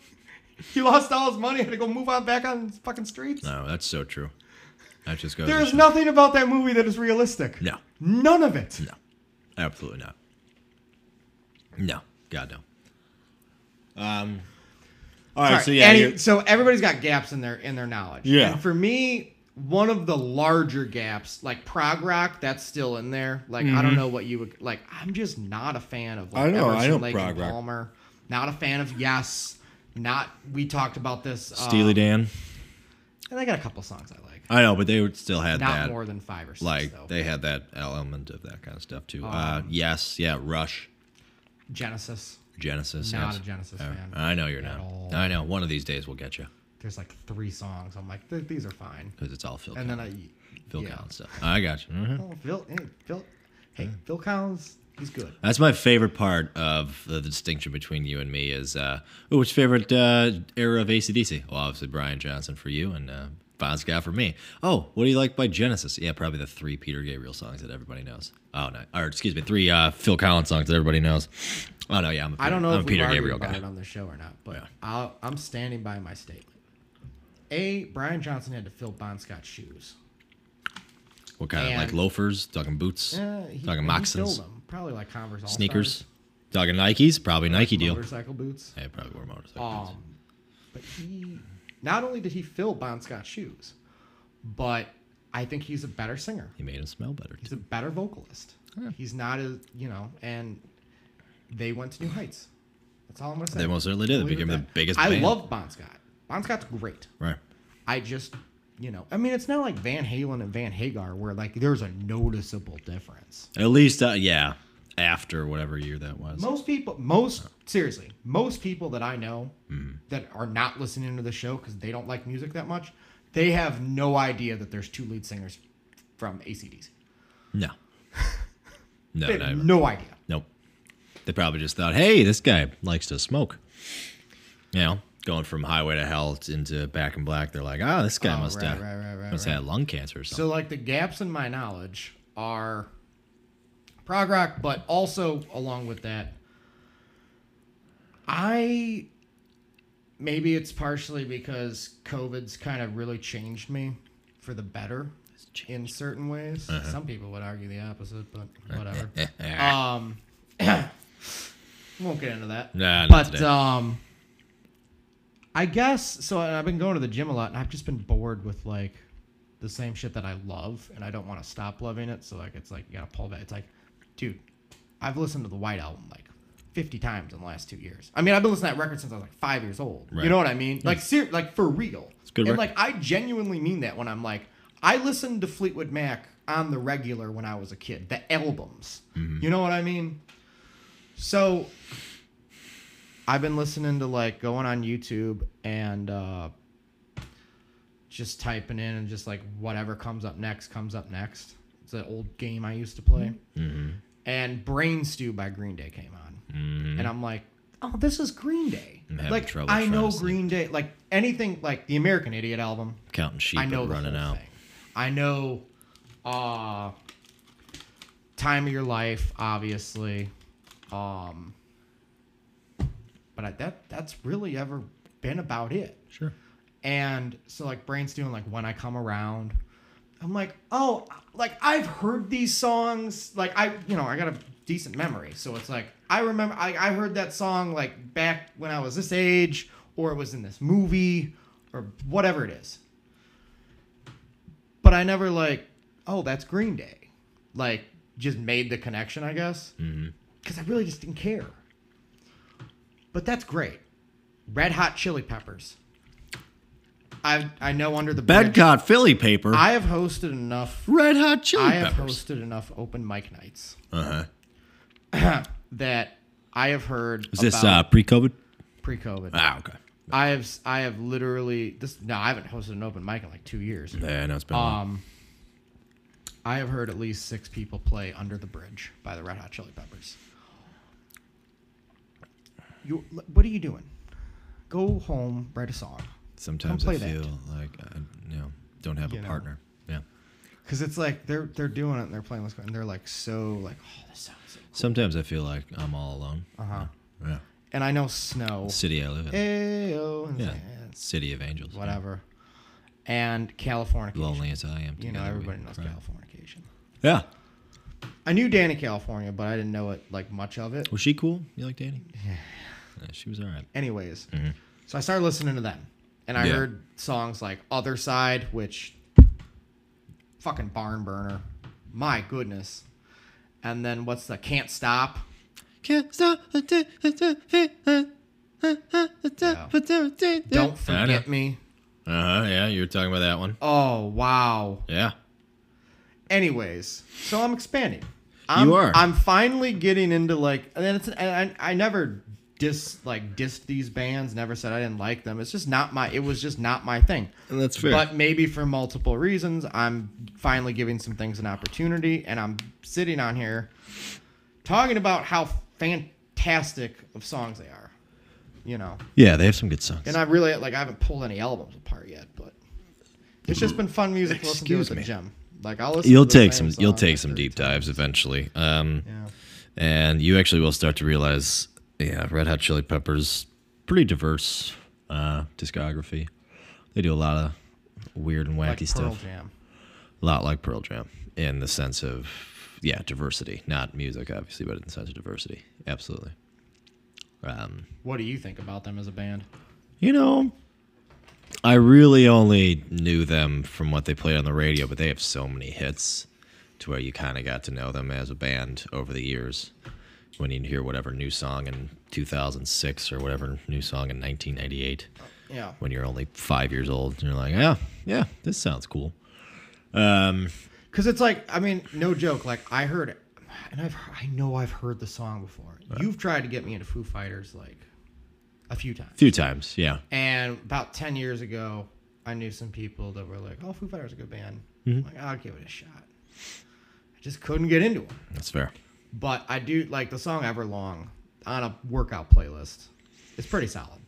Speaker 1: He lost all his money. Had to go move on back on the fucking streets.
Speaker 2: No, that's so true. That just goes.
Speaker 1: there
Speaker 2: to
Speaker 1: is
Speaker 2: show-
Speaker 1: nothing about that movie that is realistic.
Speaker 2: No,
Speaker 1: None of it.
Speaker 2: no, absolutely not. No, God no. Um. All right.
Speaker 1: Sorry,
Speaker 2: Oh, So yeah.
Speaker 1: any-
Speaker 2: you're-
Speaker 1: so everybody's got gaps in their in their knowledge.
Speaker 2: Yeah.
Speaker 1: And for me, one of the larger gaps, like prog rock, that's still in there. Like I don't know what you would like. I'm just not a fan of. Like,
Speaker 2: Mm-hmm. I know- I
Speaker 1: Emerson,
Speaker 2: know
Speaker 1: Lake and
Speaker 2: prog rock.
Speaker 1: Palmer. Not a fan of Yes. Not. We talked about this. uh,
Speaker 2: Steely Dan.
Speaker 1: And they got a couple songs I like.
Speaker 2: I know, but they would still had
Speaker 1: Not
Speaker 2: that.
Speaker 1: more than five or six.
Speaker 2: like
Speaker 1: though. Um,
Speaker 2: they had that element of that kind of stuff too. uh, yes, yeah, Rush,
Speaker 1: Genesis.
Speaker 2: Genesis.
Speaker 1: Not
Speaker 2: yes.
Speaker 1: a Genesis
Speaker 2: Uh,
Speaker 1: fan
Speaker 2: I know you're
Speaker 1: at
Speaker 2: not.
Speaker 1: all.
Speaker 2: I know. One of these days we'll get you
Speaker 1: There's like three songs. I'm like, "Th- these are fine.
Speaker 2: because it's all Phil.
Speaker 1: And then
Speaker 2: Collins-
Speaker 1: I.
Speaker 2: Phil
Speaker 1: yeah.
Speaker 2: Collins stuff. I got you. Mhm.
Speaker 1: Oh, Phil. Hey, Phil. Hey, Phil Collins. He's good.
Speaker 2: That's my favorite part of the, the distinction between you and me is, uh, oh, which favorite uh, era of ACDC? Well, obviously Brian Johnson for you and uh, Bon Scott for me. Oh, what do you like by Genesis? Yeah, probably the three Peter Gabriel songs that everybody knows. Oh, no. Or, excuse me, three uh, Phil Collins songs that everybody knows. Oh, no, yeah, I'm a Peter,
Speaker 1: I don't know
Speaker 2: I'm
Speaker 1: if
Speaker 2: a
Speaker 1: we've
Speaker 2: Peter
Speaker 1: argued
Speaker 2: Gabriel
Speaker 1: about
Speaker 2: guy.
Speaker 1: it on the show or not, but
Speaker 2: Yeah.
Speaker 1: I'll, I'm standing by my statement. A. Brian Johnson had to fill Bon Scott's shoes.
Speaker 2: What kind of like
Speaker 1: And-
Speaker 2: loafers? Talking boots?
Speaker 1: Uh, he,
Speaker 2: talking
Speaker 1: he filled
Speaker 2: moccasins?
Speaker 1: them. Probably like Converse, All-Stars,
Speaker 2: Sneakers? Talking Nikes? Probably Nike deal.
Speaker 1: motorcycle boots.
Speaker 2: Yeah, probably wore motorcycles.
Speaker 1: Um, but he, not only did he fill Bon Scott's shoes, but I think he's a better singer.
Speaker 2: he made him smell better.
Speaker 1: He's a better vocalist. He's not as you know, and they went to new heights. That's all I'm gonna say.
Speaker 2: They most certainly did. They
Speaker 1: Leave it
Speaker 2: became
Speaker 1: at
Speaker 2: the
Speaker 1: that.
Speaker 2: biggest
Speaker 1: I
Speaker 2: band.
Speaker 1: love Bon Scott. Bon Scott's great.
Speaker 2: Right.
Speaker 1: I just, you know, I mean, it's not like Van Halen and Van Hagar where like there's a noticeable difference.
Speaker 2: At least, uh, yeah, after whatever year that was.
Speaker 1: Most people, most seriously, most people that I know that are not listening to the show because they don't like music that much, they have no idea that there's two lead singers from ACDC.
Speaker 2: No. No,
Speaker 1: They
Speaker 2: not
Speaker 1: have
Speaker 2: even.
Speaker 1: no idea.
Speaker 2: Nope. They probably just thought, hey, this guy likes to smoke. You know, going from Highway to Hell into Back in Black, they're like, oh, this guy
Speaker 1: Oh,
Speaker 2: must
Speaker 1: right,
Speaker 2: have
Speaker 1: right, right, right,
Speaker 2: must
Speaker 1: right.
Speaker 2: have had lung cancer or something.
Speaker 1: So like the gaps in my knowledge are prog rock, but also along with that, I maybe it's partially because COVID's kind of really changed me for the better in certain ways. Some people would argue the opposite, but whatever. um, won't get into that.
Speaker 2: Nah, not
Speaker 1: but
Speaker 2: today.
Speaker 1: um, I guess so. and I've been going to the gym a lot, and I've just been bored with like the same shit that I love, and I don't want to stop loving it. So like, it's like you gotta pull back. It's like, dude, I've listened to the White Album like 50 times in the last two years. I mean, I've been listening to that record since I was like five years old.
Speaker 2: Right.
Speaker 1: You know what I mean? Like, ser- like for real. It's
Speaker 2: good
Speaker 1: And
Speaker 2: record.
Speaker 1: like, I genuinely mean that when I'm like, I listened to Fleetwood Mac on the regular when I was a kid, the albums.
Speaker 2: Mm-hmm.
Speaker 1: You know what I mean? So I've been listening to like going on YouTube and uh, just typing in and just like whatever comes up next comes up next. It's an old game I used to play.
Speaker 2: Mm-hmm.
Speaker 1: And Brain Stew by Green Day came on, and I'm like, oh, this is Green Day.
Speaker 2: Mm-hmm. I'm having
Speaker 1: like
Speaker 2: trouble
Speaker 1: I
Speaker 2: trying
Speaker 1: know
Speaker 2: to sleep.
Speaker 1: Green Day. Like anything like the American Idiot album,
Speaker 2: Counting sheep
Speaker 1: I know
Speaker 2: and
Speaker 1: the
Speaker 2: running
Speaker 1: whole
Speaker 2: out.
Speaker 1: Thing. I know uh time of your life, obviously. Um but I, that that's really ever been about it.
Speaker 2: Sure.
Speaker 1: And so like Brain's doing like when I come around. I'm like, oh, like I've heard these songs. Like I, you know, I got a decent memory, so it's like I remember I, I heard that song like back when I was this age, or it was in this movie, or whatever it is. But I never like, oh, that's Green Day. Like just made the connection, I guess, because I really just didn't care. But that's great. Red Hot Chili Peppers. I I know under the bridge.
Speaker 2: Bedcott Philly paper.
Speaker 1: I have hosted enough.
Speaker 2: Red Hot Chili
Speaker 1: I have
Speaker 2: Peppers.
Speaker 1: hosted enough open mic nights
Speaker 2: Uh huh.
Speaker 1: that I have heard.
Speaker 2: Uh-huh. Is this
Speaker 1: about
Speaker 2: uh, pre-COVID?
Speaker 1: pre-COVID?
Speaker 2: Ah, okay.
Speaker 1: I have s- I have literally this. No, I haven't hosted an open mic in like two years.
Speaker 2: Yeah, I know it's been. a while.
Speaker 1: Um, I have heard at least six people play "Under the Bridge" by the Red Hot Chili Peppers. You, what are you doing? Go home, write a song,
Speaker 2: Sometimes
Speaker 1: don't
Speaker 2: I
Speaker 1: play
Speaker 2: feel
Speaker 1: that.
Speaker 2: like I you know, don't have
Speaker 1: You
Speaker 2: a
Speaker 1: know.
Speaker 2: partner. Yeah.
Speaker 1: because it's like they're they're doing it and they're playing this and they're like so like oh this sounds so
Speaker 2: Sometimes I feel like I'm all alone.
Speaker 1: uh huh.
Speaker 2: Yeah.
Speaker 1: And I know Snow.
Speaker 2: City I live
Speaker 1: eh,
Speaker 2: in.
Speaker 1: Ayo, and it's
Speaker 2: yeah.
Speaker 1: like, eh, it's
Speaker 2: City of angels. yeah.
Speaker 1: whatever. And California.
Speaker 2: Lonely as I am.
Speaker 1: You know,
Speaker 2: together we
Speaker 1: everybody knows
Speaker 2: cry.
Speaker 1: Californication.
Speaker 2: Yeah.
Speaker 1: I knew Danny California, but I didn't know it like much of it.
Speaker 2: Was she cool? You like Danny? Yeah. she was all right.
Speaker 1: Anyways, so I started listening to them, and I
Speaker 2: Mm-hmm. Yeah.
Speaker 1: heard songs like "Other Side," which fucking barn burner. My goodness. And then what's the "Can't Stop"?
Speaker 2: Can't stop. Don't
Speaker 1: Don't forget me.
Speaker 2: Uh huh. Yeah, you were talking about that one.
Speaker 1: Oh wow.
Speaker 2: Yeah.
Speaker 1: anyways so i'm expanding I'm,
Speaker 2: are.
Speaker 1: i'm finally getting into like and then it's and I, I never dis like dissed these bands never said i didn't like them it's just not my it was just not my thing
Speaker 2: And that's fair.
Speaker 1: but maybe for multiple reasons i'm finally giving some things an opportunity and i'm sitting on here talking about how fantastic of songs they are you know
Speaker 2: yeah, they have some good songs.
Speaker 1: and i really like i haven't pulled any albums apart yet but it's just been fun music to listen to
Speaker 2: Excuse
Speaker 1: with the
Speaker 2: me.
Speaker 1: gym like i'll listen
Speaker 2: You'll
Speaker 1: to the
Speaker 2: take
Speaker 1: same
Speaker 2: some. You'll
Speaker 1: song
Speaker 2: take some
Speaker 1: after
Speaker 2: deep
Speaker 1: ten
Speaker 2: dives eventually. Um,
Speaker 1: yeah.
Speaker 2: and you actually will start to realize, yeah, Red Hot Chili Peppers, pretty diverse uh, discography. They do a lot of weird and wacky
Speaker 1: Like Pearl
Speaker 2: stuff.
Speaker 1: Jam.
Speaker 2: a lot like Pearl Jam in the sense of yeah diversity, not music obviously, but in the sense of diversity, absolutely. Um,
Speaker 1: What do you think about them as a band?
Speaker 2: you know, I really only knew them from what they played on the radio, but they have so many hits to where you kind of got to know them as a band over the years. When you hear whatever new song in 2006 or whatever new song in 1998,
Speaker 1: Yeah.
Speaker 2: when you're only five years old, and you're like, yeah, yeah, this sounds cool. Um,
Speaker 1: Because it's like, I mean, no joke. Like, I heard it. And I've, I know I've heard the song before. You've tried to get me into Foo Fighters like a few times.
Speaker 2: A few times, yeah.
Speaker 1: And about 10 years ago, I knew some people that were like, oh, Foo Fighters is a good band.
Speaker 2: Mm-hmm.
Speaker 1: I'm like, I'll give it a shot. I just couldn't get into them.
Speaker 2: That's fair.
Speaker 1: But I do like the song Everlong on a workout playlist. It's pretty solid.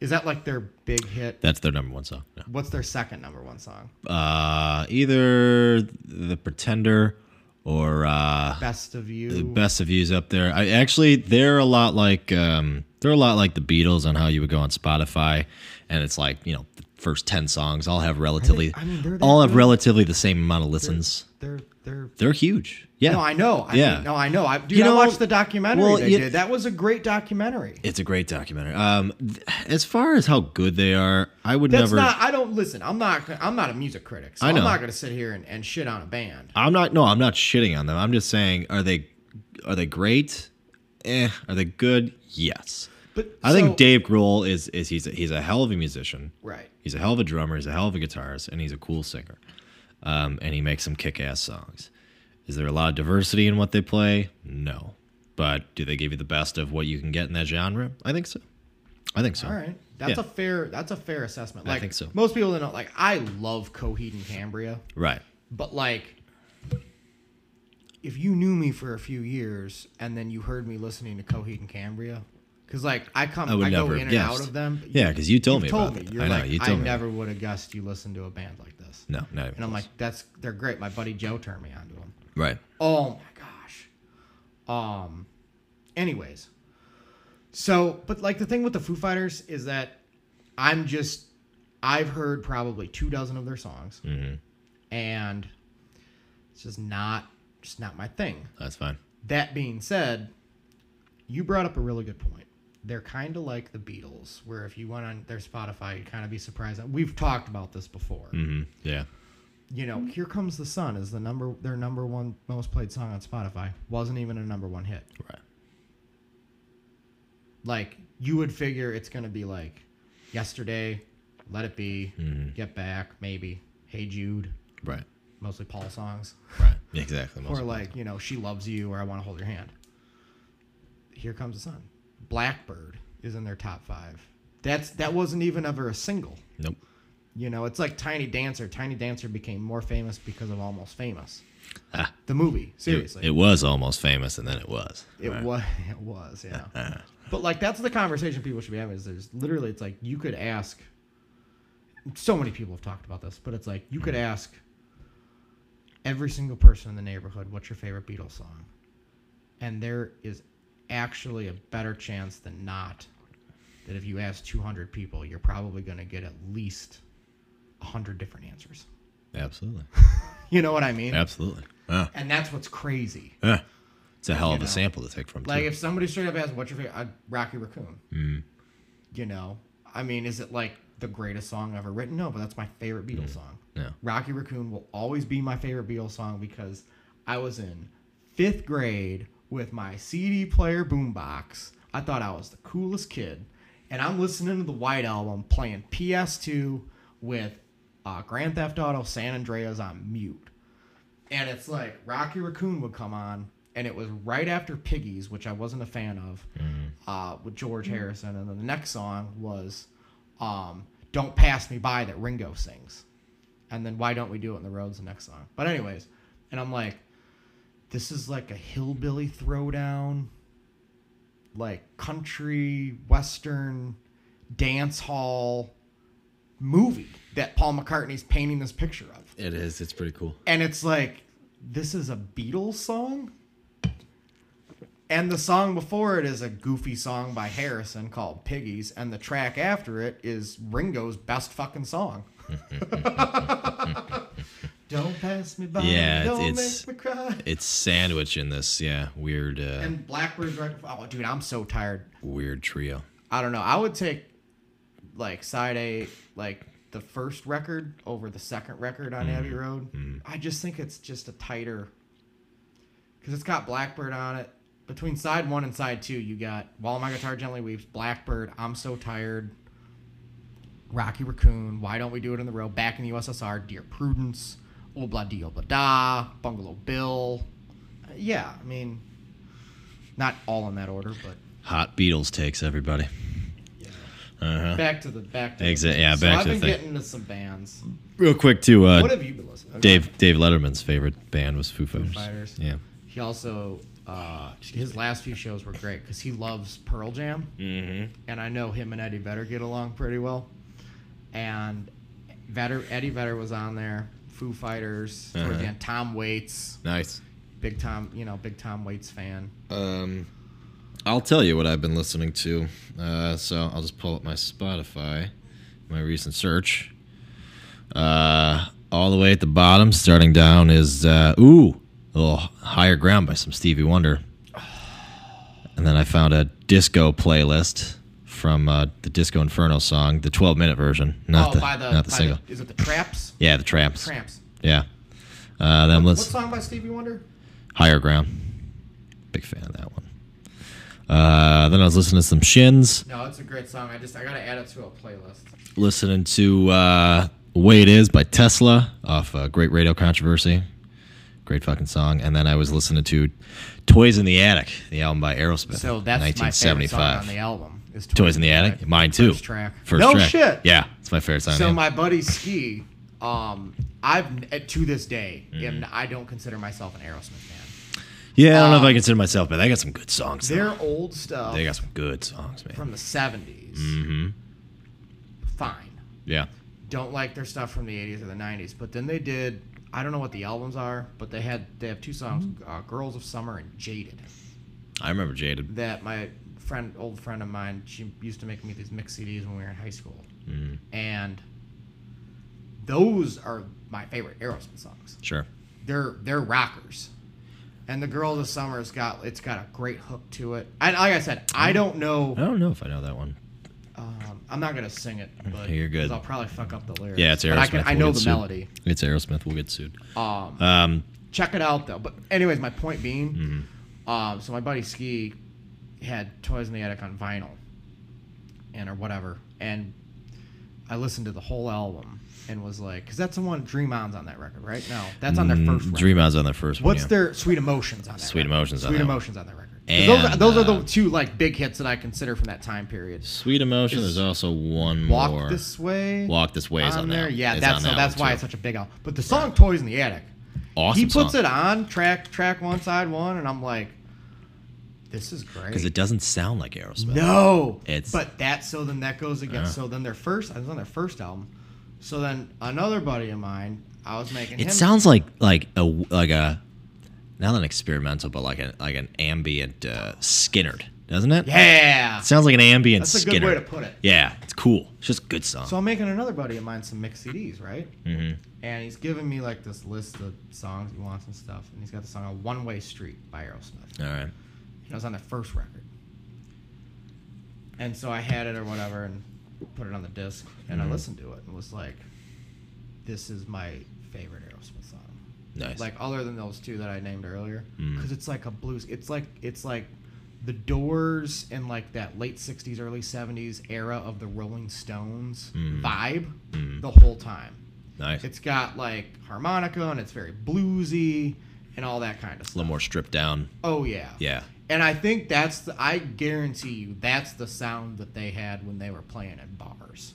Speaker 1: Is that like their big hit?
Speaker 2: That's their number one song. No.
Speaker 1: What's their second number one song?
Speaker 2: Uh, either the Pretender or uh,
Speaker 1: Best of You.
Speaker 2: the Best of You's up there. I actually they're a lot like um, they're a lot like the Beatles on how you would go on Spotify, and it's like you know the first ten songs all have relatively
Speaker 1: I mean, they're that
Speaker 2: all have
Speaker 1: good.
Speaker 2: relatively the same amount of listens.
Speaker 1: They're they're.
Speaker 2: They're, huge. Yeah,
Speaker 1: No, I know. I
Speaker 2: Yeah.
Speaker 1: mean, no, I know. I dude,
Speaker 2: You know,
Speaker 1: I watched the documentary
Speaker 2: well,
Speaker 1: they
Speaker 2: you-
Speaker 1: did. That was a great documentary.
Speaker 2: it's a great documentary. Um, th- as far as how good they are, I would
Speaker 1: That's
Speaker 2: never.
Speaker 1: not. I don't listen. I'm not. I'm not a music critic. So
Speaker 2: I
Speaker 1: I
Speaker 2: know.
Speaker 1: am not going to sit here and, and shit on a band.
Speaker 2: I'm not. No, I'm not shitting on them. I'm just saying, are they Are they great? Eh. Are they good? Yes.
Speaker 1: But
Speaker 2: I
Speaker 1: so-
Speaker 2: think Dave Grohl is is he's a, he's a hell of a musician.
Speaker 1: Right.
Speaker 2: He's a hell of a drummer. He's a hell of a guitarist, and he's a cool singer. Um, and he makes some kick-ass songs. Is there a lot of diversity in what they play? No. But do they give you the best of what you can get in that genre? I think so. I think so.
Speaker 1: All right. That's
Speaker 2: Yeah.
Speaker 1: a fair. That's a fair assessment.
Speaker 2: I
Speaker 1: Like
Speaker 2: think so.
Speaker 1: most people don't know. Like I love Coheed and Cambria,
Speaker 2: Right.
Speaker 1: but like if you knew me for a few years and then you heard me listening to Coheed and Cambria, because like I come,
Speaker 2: I
Speaker 1: I,
Speaker 2: would
Speaker 1: go
Speaker 2: never
Speaker 1: in
Speaker 2: have
Speaker 1: and out
Speaker 2: guessed.
Speaker 1: of them. but
Speaker 2: Yeah, because you told me
Speaker 1: You've told
Speaker 2: about
Speaker 1: me.
Speaker 2: it.
Speaker 1: You're
Speaker 2: I know.
Speaker 1: like,
Speaker 2: you
Speaker 1: I
Speaker 2: told me.
Speaker 1: never would have guessed you listened to a band like this.
Speaker 2: No, not even.
Speaker 1: And I'm
Speaker 2: close.
Speaker 1: like, that's they're great. My buddy Joe turned me onto them.
Speaker 2: right.
Speaker 1: Oh my gosh. Um. Anyways. So, but like the thing with the Foo Fighters is that I'm just I've heard probably two dozen of their songs, and it's just not just not my thing.
Speaker 2: That's fine.
Speaker 1: That being said, you brought up a really good point. They're kind of like the Beatles, where if you went on their Spotify, you'd kind of be surprised. We've talked about this before.
Speaker 2: hmm Yeah.
Speaker 1: You know, "Here Comes the Sun" is the number their number one most played song on Spotify. Wasn't even a number one hit.
Speaker 2: Right.
Speaker 1: Like you would figure it's gonna be like "Yesterday," "Let It Be," "Get Back," maybe "Hey Jude,"
Speaker 2: Right.
Speaker 1: mostly Paul songs,
Speaker 2: Right. Exactly.
Speaker 1: or
Speaker 2: Most-
Speaker 1: like you know "She Loves You" or "I Want to Hold Your Hand." "Here Comes the Sun," "Blackbird" is in their top five. That's that wasn't even ever a single.
Speaker 2: nope.
Speaker 1: You know, it's like Tiny Dancer. Tiny Dancer became more famous because of Almost Famous.
Speaker 2: Ah.
Speaker 1: The movie,
Speaker 2: It,
Speaker 1: seriously.
Speaker 2: it was almost famous, and then it was.
Speaker 1: It
Speaker 2: Right.
Speaker 1: was. It was. Yeah. but like that's the conversation people should be having. Is there's literally it's like you could ask. So many people have talked about this, but it's like you could
Speaker 2: Mm-hmm.
Speaker 1: ask every single person in the neighborhood, "What's your favorite Beatles song?" And there is actually a better chance than not that if you ask 200 people, you're probably going to get at least 100 different answers.
Speaker 2: Absolutely.
Speaker 1: You know what I mean?
Speaker 2: Absolutely. Yeah.
Speaker 1: And that's what's crazy.
Speaker 2: Yeah. It's a hell of a
Speaker 1: know.
Speaker 2: sample to take from.
Speaker 1: Like
Speaker 2: too.
Speaker 1: if somebody straight up asks, "What's your favorite?" i Rocky Raccoon. You know, I mean, is it like the greatest song ever written? No, but that's my favorite Beatles song.
Speaker 2: Yeah.
Speaker 1: Rocky Raccoon will always be my favorite Beatles song because I was in fifth grade with my CD player boombox. I thought I was the coolest kid, and I'm listening to the White Album, playing PS2 with uh, Grand Theft Auto San Andreas on mute and it's like Rocky Raccoon would come on, and it was right after Piggies, which I wasn't a fan of, uh, with George Harrison, and then the next song was um, "Don't Pass Me By" that Ringo sings, and then "Why Don't We Do It in the Roads" the next song. But anyways, and I'm like, this is like a hillbilly throwdown, like country western dance hall movie that Paul McCartney's painting this picture of
Speaker 2: it is. It's pretty cool.
Speaker 1: and it's like this is a Beatles song, and the song before it is a goofy song by Harrison called "Piggies," and the track after it is Ringo's best fucking song. don't pass me by.
Speaker 2: Yeah,
Speaker 1: don't
Speaker 2: it's-
Speaker 1: make me cry.
Speaker 2: It's sandwich in this. Yeah. Weird. Uh,
Speaker 1: And Blackbird's right. Oh, dude, I'm so tired.
Speaker 2: weird trio.
Speaker 1: I don't know. I would take like side A, like the first record over the second record on Abbey Road. I just think it's just a tighter because it's got Blackbird on it. Between side one and side two, you got While My Guitar Gently Weeps, Blackbird, I'm So Tired, Rocky Raccoon, Why Don't We Do It in the Road, Back in the USSR, Dear Prudence, Obla Di Obla Da, Bungalow Bill. Uh, Yeah, I mean, not all in that order, but.
Speaker 2: Hot Beatles takes everybody.
Speaker 1: back to the back to
Speaker 2: Exa-
Speaker 1: the
Speaker 2: yeah,
Speaker 1: so
Speaker 2: back
Speaker 1: I've
Speaker 2: to the
Speaker 1: been
Speaker 2: thing.
Speaker 1: getting into some bands.
Speaker 2: Real quick too. Uh,
Speaker 1: What have you been listening? to?
Speaker 2: Dave Dave Letterman's favorite band was Foo Fighters.
Speaker 1: Fighters.
Speaker 2: Yeah.
Speaker 1: He also uh, his last few shows were great because he loves Pearl Jam, mm-hmm. and I know him and Eddie Vedder get along pretty well. And Vedder, Eddie Vedder was on there. Foo Fighters. towards the
Speaker 2: Uh-huh.
Speaker 1: end. Tom Waits,
Speaker 2: Nice.
Speaker 1: big Tom, you know, big Tom Waits fan.
Speaker 2: Um, I'll tell you what I've been listening to. Uh, so I'll just pull up my Spotify, my recent search. Uh, all the way at the bottom, starting down, is uh, ooh, a little higher ground by some Stevie Wonder. And then I found a disco playlist from uh, the Disco Inferno song, the 12 minute version, not
Speaker 1: oh,
Speaker 2: the,
Speaker 1: by the,
Speaker 2: not the
Speaker 1: by
Speaker 2: single.
Speaker 1: is it the Traps?
Speaker 2: yeah, the Tramps.
Speaker 1: Tramps.
Speaker 2: Yeah. Uh, then
Speaker 1: What
Speaker 2: let's
Speaker 1: song by Stevie Wonder?
Speaker 2: higher ground. Big fan of that one. Uh, then I was listening to some Shins,
Speaker 1: No, it's a great song. I just I gotta add it to a playlist.
Speaker 2: listening to uh, "Way It Is" by Tesla off uh, Great Radio Controversy. Great fucking song. And then I was listening to "Toys in the Attic," the album by Aerosmith,
Speaker 1: So that's my favorite
Speaker 2: 1975.
Speaker 1: song on the album. Is
Speaker 2: Toys in the Attic. Mine too.
Speaker 1: First track.
Speaker 2: First
Speaker 1: no
Speaker 2: track.
Speaker 1: shit.
Speaker 2: Yeah, it's my favorite song.
Speaker 1: So
Speaker 2: yeah.
Speaker 1: my buddy Ski, um, I've eh, to this day,
Speaker 2: Mm-hmm.
Speaker 1: and I don't consider myself an Aerosmith fan.
Speaker 2: yeah, I don't know
Speaker 1: um,
Speaker 2: if I consider myself, but I got some good songs. though.
Speaker 1: Their old stuff
Speaker 2: They got some good songs, man.
Speaker 1: from the '70s,
Speaker 2: Mm-hmm.
Speaker 1: fine.
Speaker 2: Yeah.
Speaker 1: Don't like their stuff from the '80s or the '90s. But then they did. I don't know what the albums are, but they had they have two songs,
Speaker 2: Mm-hmm.
Speaker 1: uh, "Girls of Summer" and "Jaded."
Speaker 2: I remember Jaded.
Speaker 1: that my friend, old friend of mine, she used to make me these mix CDs when we were in high school,
Speaker 2: Mm-hmm.
Speaker 1: and those are my favorite Aerosmith songs.
Speaker 2: Sure.
Speaker 1: They're they're rockers, and the Girls of Summer's got it's got a great hook to it. And like I said, I don't
Speaker 2: I
Speaker 1: know.
Speaker 2: don't know if I know that one.
Speaker 1: Um, I'm not gonna sing it, but
Speaker 2: Oh. You're good.
Speaker 1: 'cause I'll probably fuck up the lyrics.
Speaker 2: Yeah, it's Aerosmith.
Speaker 1: But I, can, I
Speaker 2: We'll
Speaker 1: know
Speaker 2: get
Speaker 1: the
Speaker 2: sued.
Speaker 1: melody.
Speaker 2: It's Aerosmith. We'll get sued.
Speaker 1: Um,
Speaker 2: Um,
Speaker 1: check it out though. But anyways, my point being,
Speaker 2: Mm-hmm.
Speaker 1: um, so my buddy Ski had Toys in the Attic on vinyl, and or whatever, and I listened to the whole album and was like, because that's the one Dream On's on that record, right? No, that's on their first record.
Speaker 2: Mm, Dream Eyes on their first
Speaker 1: What's
Speaker 2: one. yeah.
Speaker 1: their Sweet Emotions on that?
Speaker 2: Sweet
Speaker 1: record?
Speaker 2: Emotions on
Speaker 1: Sweet
Speaker 2: that one.
Speaker 1: Emotions on that record. 'Cause Those are,
Speaker 2: And,
Speaker 1: those are the
Speaker 2: uh,
Speaker 1: two like big hits that I consider from that time period.
Speaker 2: Sweet Emotion. There's also one
Speaker 1: Walk
Speaker 2: more.
Speaker 1: this way.
Speaker 2: Walk This Way is on,
Speaker 1: there.
Speaker 2: That.
Speaker 1: Yeah,
Speaker 2: is
Speaker 1: that's
Speaker 2: on
Speaker 1: so
Speaker 2: that
Speaker 1: that's
Speaker 2: one,
Speaker 1: why
Speaker 2: too.
Speaker 1: it's such a big album. But the song "Toys in the Attic,"
Speaker 2: awesome.
Speaker 1: he puts
Speaker 2: song.
Speaker 1: it on track track one side one, and I'm like, this is great.
Speaker 2: because it doesn't sound like Aerosmith.
Speaker 1: no,
Speaker 2: It's-
Speaker 1: but that so then that goes again. So then their first, I was on their first album. So then another buddy of mine, I was making. him,
Speaker 2: It sounds like like a like a not an experimental, but like a like an ambient uh, Skinnerd, doesn't it?
Speaker 1: yeah.
Speaker 2: It sounds like an ambient
Speaker 1: That's a
Speaker 2: Skinner.
Speaker 1: good way to put it.
Speaker 2: Yeah, it's cool. It's just a good song.
Speaker 1: So I'm making another buddy of mine some mixed CDs, right? Mm-hmm. And he's giving me like this list of songs he wants and stuff, and he's got the song "A One Way Street" by Aerosmith.
Speaker 2: All right.
Speaker 1: And it was on their first record. And so I had it or whatever and put it on the disc and I listened to it and was like, this is my favorite Aerosmith song.
Speaker 2: Nice.
Speaker 1: Like other than those two that I named earlier, because it's like a blues. It's like it's like the Doors and like that late '60s, early '70s era of the Rolling Stones vibe the whole time.
Speaker 2: nice. It's
Speaker 1: It's got like harmonica and it's very bluesy and all that kind of
Speaker 2: a
Speaker 1: stuff.
Speaker 2: little more stripped down.
Speaker 1: Oh yeah.
Speaker 2: Yeah.
Speaker 1: And I think that's the, I guarantee you that's the sound that they had when they were playing in bars.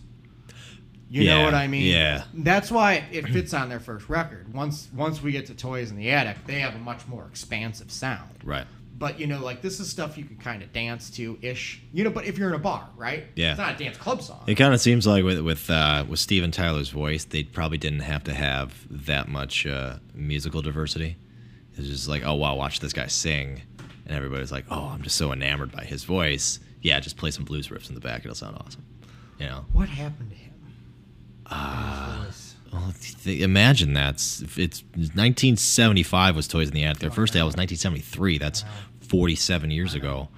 Speaker 1: You know
Speaker 2: Yeah,
Speaker 1: what I mean?
Speaker 2: yeah.
Speaker 1: That's why it fits on their first record. Once once we get to Toys in the Attic, they have a much more expansive sound.
Speaker 2: Right.
Speaker 1: But you know, like this is stuff you can kind of dance to ish. You know, but if you're in a bar, right?
Speaker 2: Yeah.
Speaker 1: It's not a dance club song.
Speaker 2: It kind of seems like with with uh, with Steven Tyler's voice, they probably didn't have to have that much uh, musical diversity. It's just like, oh wow, watch this guy sing, and everybody's like, oh, I'm just so enamored by his voice. Yeah, just play some blues riffs in the back; it'll sound awesome. You know,
Speaker 1: what happened to him? Ah.
Speaker 2: well, th- th- imagine that's it's 1975 was Toys in the Attic. Their first album was 1973. That's 47 years ago.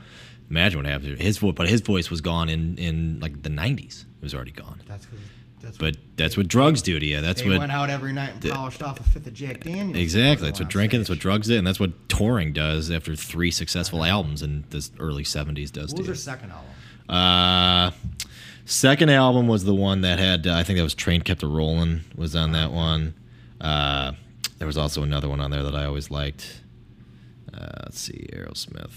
Speaker 2: Imagine what happened. His voice, but his voice was gone in in like the 90s. It was already gone.
Speaker 1: That's 'cause- that's
Speaker 2: But that's what drugs do to you. That's
Speaker 1: they
Speaker 2: what
Speaker 1: went out every night and polished off a fifth of Jack Daniels.
Speaker 2: exactly.
Speaker 1: Going
Speaker 2: That's what
Speaker 1: on
Speaker 2: drinking. That's
Speaker 1: stage. Uh-huh.
Speaker 2: what drugs did, and that's what touring does. After three successful albums in the early '70s, does
Speaker 1: What was
Speaker 2: to
Speaker 1: their
Speaker 2: you.
Speaker 1: second album?
Speaker 2: Uh, second album was the one that had uh, I think that was Train Kept a Rolling was on
Speaker 1: Uh-huh.
Speaker 2: that one. Uh, there was also another one on there that I always liked. Uh, let's see, Aerosmith.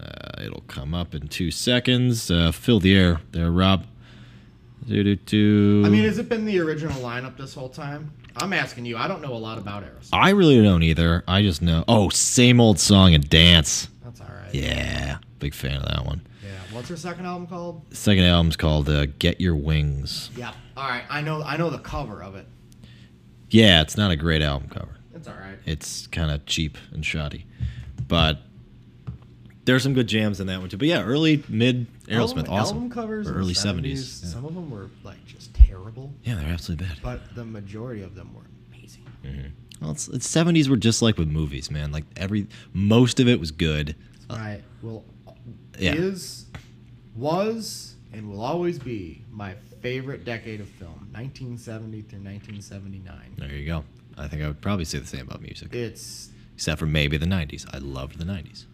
Speaker 2: Uh, it'll come up in two seconds. Uh, fill the air there, Rob. Do do do.
Speaker 1: I mean, has it been the original lineup this whole time? I'm asking you. I don't know a lot about Aerosmith.
Speaker 2: I really don't either. I just know. Oh, same old song and dance.
Speaker 1: That's all right.
Speaker 2: Yeah, big fan of that one.
Speaker 1: Yeah. What's her second album called?
Speaker 2: Second album's called uh, "Get Your Wings."
Speaker 1: Yeah. All right. I know. I know the cover of it.
Speaker 2: Yeah, it's not a great album cover.
Speaker 1: It's all right.
Speaker 2: It's kind of cheap and shoddy, but there's some good jams in that one too. But yeah, early mid Aerosmith,
Speaker 1: album,
Speaker 2: awesome.
Speaker 1: Album covers.
Speaker 2: Or
Speaker 1: in the
Speaker 2: early '70s.
Speaker 1: Some of them were like just terrible,
Speaker 2: Yeah. yeah, they're absolutely bad.
Speaker 1: but the majority of them were amazing.
Speaker 2: Well, it's, it's '70s were just like with movies, man. Like every most of it was good.
Speaker 1: All right. Well,
Speaker 2: Yeah.
Speaker 1: is, was, and will always be my favorite decade of film, 1970 through 1979.
Speaker 2: There you go. I think I would probably say the same about music,
Speaker 1: It's
Speaker 2: except for maybe the '90s. I loved the '90s.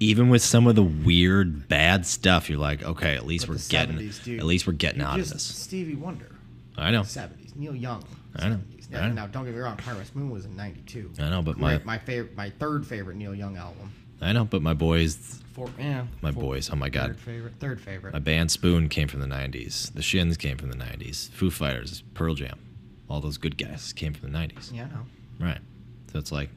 Speaker 2: even with some of the weird bad stuff, you're like, okay, at least
Speaker 1: But
Speaker 2: we're
Speaker 1: the
Speaker 2: getting
Speaker 1: 70s, dude.
Speaker 2: at least we're getting out of
Speaker 1: Just
Speaker 2: this.
Speaker 1: Stevie Wonder,
Speaker 2: I know.
Speaker 1: 70s. Neil Young, 70s.
Speaker 2: I know,
Speaker 1: Now,
Speaker 2: I know.
Speaker 1: now, don't get me wrong, Harvest Moon was in 92.
Speaker 2: I know, but
Speaker 1: Great-
Speaker 2: my-
Speaker 1: my favorite, my third favorite Neil Young album.
Speaker 2: I know, but my boys
Speaker 1: Four, yeah,
Speaker 2: my
Speaker 1: four-
Speaker 2: boys, oh my god.
Speaker 1: Third favorite. Third favorite.
Speaker 2: My band Spoon came from the 90s. The Shins came from the 90s. Foo Fighters, Pearl Jam, all those good guys came from the 90s.
Speaker 1: yeah, I know.
Speaker 2: Right. So it's like,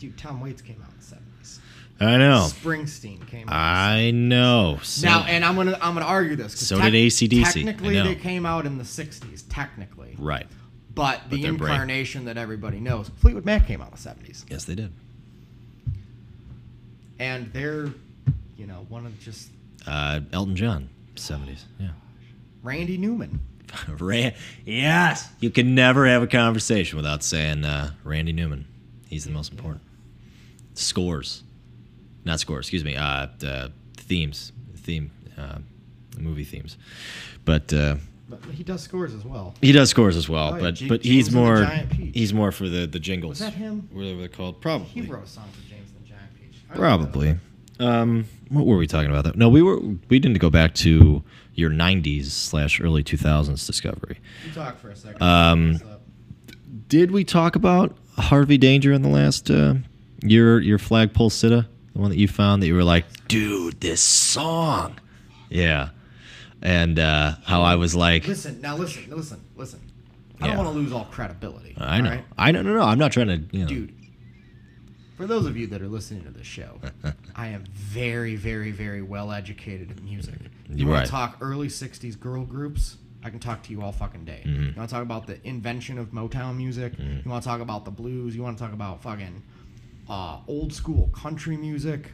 Speaker 1: Dude, Tom Waits came out in the seventies.
Speaker 2: I know.
Speaker 1: Springsteen came out.
Speaker 2: Oh. I know. So,
Speaker 1: now, and I'm gonna I'm gonna argue this. 'cause
Speaker 2: So did AC/DC, I
Speaker 1: Technically,
Speaker 2: know.
Speaker 1: they came out in the '60s, technically,
Speaker 2: right.
Speaker 1: but the
Speaker 2: their brain-
Speaker 1: incarnation that everybody knows, Fleetwood Mac came out in the '70s,
Speaker 2: Yes, they did.
Speaker 1: and they're, you know, one of just
Speaker 2: Uh, Elton John, 70s. Yeah.
Speaker 1: Randy Newman.
Speaker 2: Ran- yes. You can never have a conversation without saying uh, Randy Newman. He's the most important. Scores, not scores. Excuse me. Uh, uh themes, theme, uh, movie themes, but uh,
Speaker 1: But he does scores as well.
Speaker 2: he does scores as well.
Speaker 1: Oh, yeah,
Speaker 2: but
Speaker 1: Jake
Speaker 2: but
Speaker 1: Jones
Speaker 2: he's
Speaker 1: and the
Speaker 2: more
Speaker 1: Giant Peach.
Speaker 2: he's more for the the
Speaker 1: Was
Speaker 2: jingles.
Speaker 1: that him?
Speaker 2: Whatever they're called, probably.
Speaker 1: He wrote a song for James and the Giant Peach. I don't know.
Speaker 2: Probably. Um, what were we talking about? Though? No, we were. We didn't go back to your '90s slash early 2000s discovery.
Speaker 1: You talk for a second.
Speaker 2: Um,
Speaker 1: What's up?
Speaker 2: Did we talk about Harvey Danger in the last uh, your your flagpole sitta, the one that you found that you were like, dude, this song, yeah, and uh, how I was like,
Speaker 1: Listen, now listen, listen, listen. I
Speaker 2: Yeah.
Speaker 1: don't want to lose all credibility.
Speaker 2: I know,
Speaker 1: alright?
Speaker 2: I know, no, no, I'm not trying to, you know,
Speaker 1: Dude, for those of you that are listening to this show, I am very, very, very well educated in music. You want
Speaker 2: Right.
Speaker 1: to talk early 60s girl groups? I can talk to you all fucking day.
Speaker 2: Mm-hmm.
Speaker 1: You want to talk about the invention of Motown music? You want to talk about the blues? You want to talk about fucking uh, old school country music?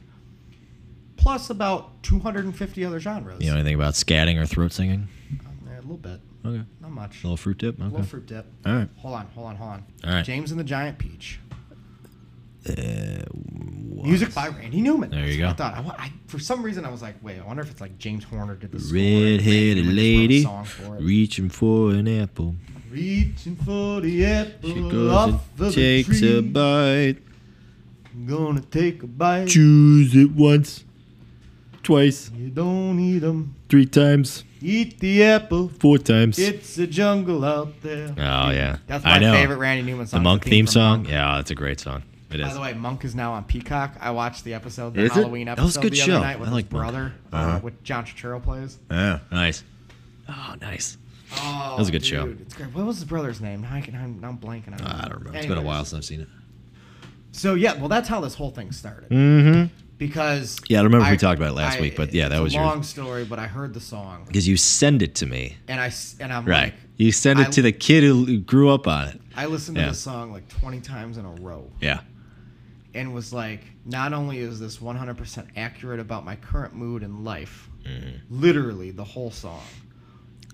Speaker 1: Plus about 250 other genres.
Speaker 2: you know anything about scatting or throat singing?
Speaker 1: Uh, a little bit.
Speaker 2: Okay,
Speaker 1: Not much.
Speaker 2: little fruit dip. Oh, Okay,
Speaker 1: Little fruit dip.
Speaker 2: all right.
Speaker 1: Hold on, hold on, hold on.
Speaker 2: All right.
Speaker 1: James and the Giant Peach.
Speaker 2: Uh,
Speaker 1: Music by Randy Newman.
Speaker 2: There you
Speaker 1: That's
Speaker 2: go.
Speaker 1: what I thought I, wa- I- for some reason I was like, wait, I wonder if it's like James Horner did the score and Randy
Speaker 2: Red-headed
Speaker 1: Newman
Speaker 2: lady
Speaker 1: just wrote a song for it.
Speaker 2: reaching for an apple.
Speaker 1: reaching for the apple
Speaker 2: She
Speaker 1: off
Speaker 2: goes
Speaker 1: of
Speaker 2: and
Speaker 1: the
Speaker 2: takes
Speaker 1: tree.
Speaker 2: a bite.
Speaker 1: Gonna take a bite.
Speaker 2: Choose it once, twice,
Speaker 1: You don't eat 'em.
Speaker 2: three times,
Speaker 1: Eat the apple.
Speaker 2: four times.
Speaker 1: It's a jungle out there.
Speaker 2: Oh yeah,
Speaker 1: That's my
Speaker 2: I know.
Speaker 1: favorite Randy Newman
Speaker 2: The
Speaker 1: song.
Speaker 2: Monk theme
Speaker 1: from
Speaker 2: song.
Speaker 1: Monk.
Speaker 2: Yeah, that's a great song. It
Speaker 1: By
Speaker 2: is.
Speaker 1: the way, Monk is now on Peacock. I watched the episode, the
Speaker 2: Is it?
Speaker 1: Halloween
Speaker 2: That
Speaker 1: episode
Speaker 2: was a good
Speaker 1: the
Speaker 2: show.
Speaker 1: other night with
Speaker 2: I
Speaker 1: his
Speaker 2: like Monk. Uh-huh.
Speaker 1: brother, uh with John Turturro plays.
Speaker 2: Yeah, nice. Oh, nice.
Speaker 1: Oh,
Speaker 2: was a good show.
Speaker 1: dude, It's great. What was his brother's name? Now I can, I'm, now I'm blanking on it.
Speaker 2: I don't remember. It's been a
Speaker 1: Anyways,
Speaker 2: while since I've seen it.
Speaker 1: So yeah, well, that's how this whole thing started.
Speaker 2: Mm-hmm.
Speaker 1: Because
Speaker 2: Yeah, I remember we talked about it last
Speaker 1: I-
Speaker 2: week, but yeah, that
Speaker 1: it's
Speaker 2: was
Speaker 1: a
Speaker 2: your-
Speaker 1: long story. But I heard the song,
Speaker 2: Because you send it to me,
Speaker 1: and I s- and I'm
Speaker 2: right?
Speaker 1: like,
Speaker 2: You send it
Speaker 1: I-
Speaker 2: to the kid who who grew up on it.
Speaker 1: I listened to
Speaker 2: Yeah.
Speaker 1: this song like 20 times in a row,
Speaker 2: Yeah.
Speaker 1: and was like, not only is this 100% accurate about my current mood in life,
Speaker 2: Mm-hmm.
Speaker 1: literally the whole song,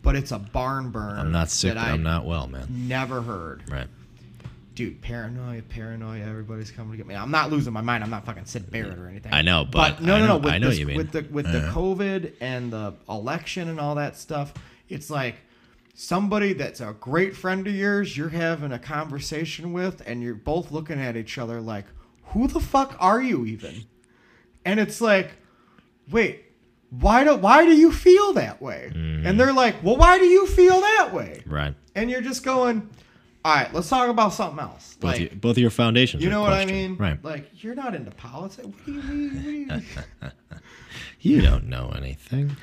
Speaker 1: but it's a barn burn.
Speaker 2: I'm not sick,
Speaker 1: that
Speaker 2: but
Speaker 1: I
Speaker 2: I'm not well, man.
Speaker 1: Never heard.
Speaker 2: Right.
Speaker 1: dude, paranoia, paranoia. Everybody's coming to get me. I'm not losing my mind. I'm not fucking Sid Barrett or anything.
Speaker 2: I know, but
Speaker 1: no,
Speaker 2: I
Speaker 1: no, no.
Speaker 2: know-
Speaker 1: With
Speaker 2: I know
Speaker 1: this,
Speaker 2: what you mean. Uh-huh.
Speaker 1: with the with the COVID and the election and all that stuff, it's like somebody that's a great friend of yours you're having a conversation with, and you're both looking at each other like, "Who the fuck are you even?" And it's like, wait. Why do why do you feel that way?
Speaker 2: Mm-hmm.
Speaker 1: And they're like, "Well, why do you feel that way?"
Speaker 2: Right.
Speaker 1: and you're just going, all right, let's talk about something else.
Speaker 2: Both,
Speaker 1: Like,
Speaker 2: your, both of your foundations.
Speaker 1: you
Speaker 2: are
Speaker 1: know what I
Speaker 2: questioned.
Speaker 1: mean?
Speaker 2: Right.
Speaker 1: Like, you're not into politics. What do you mean? What do you mean?
Speaker 2: You don't know anything.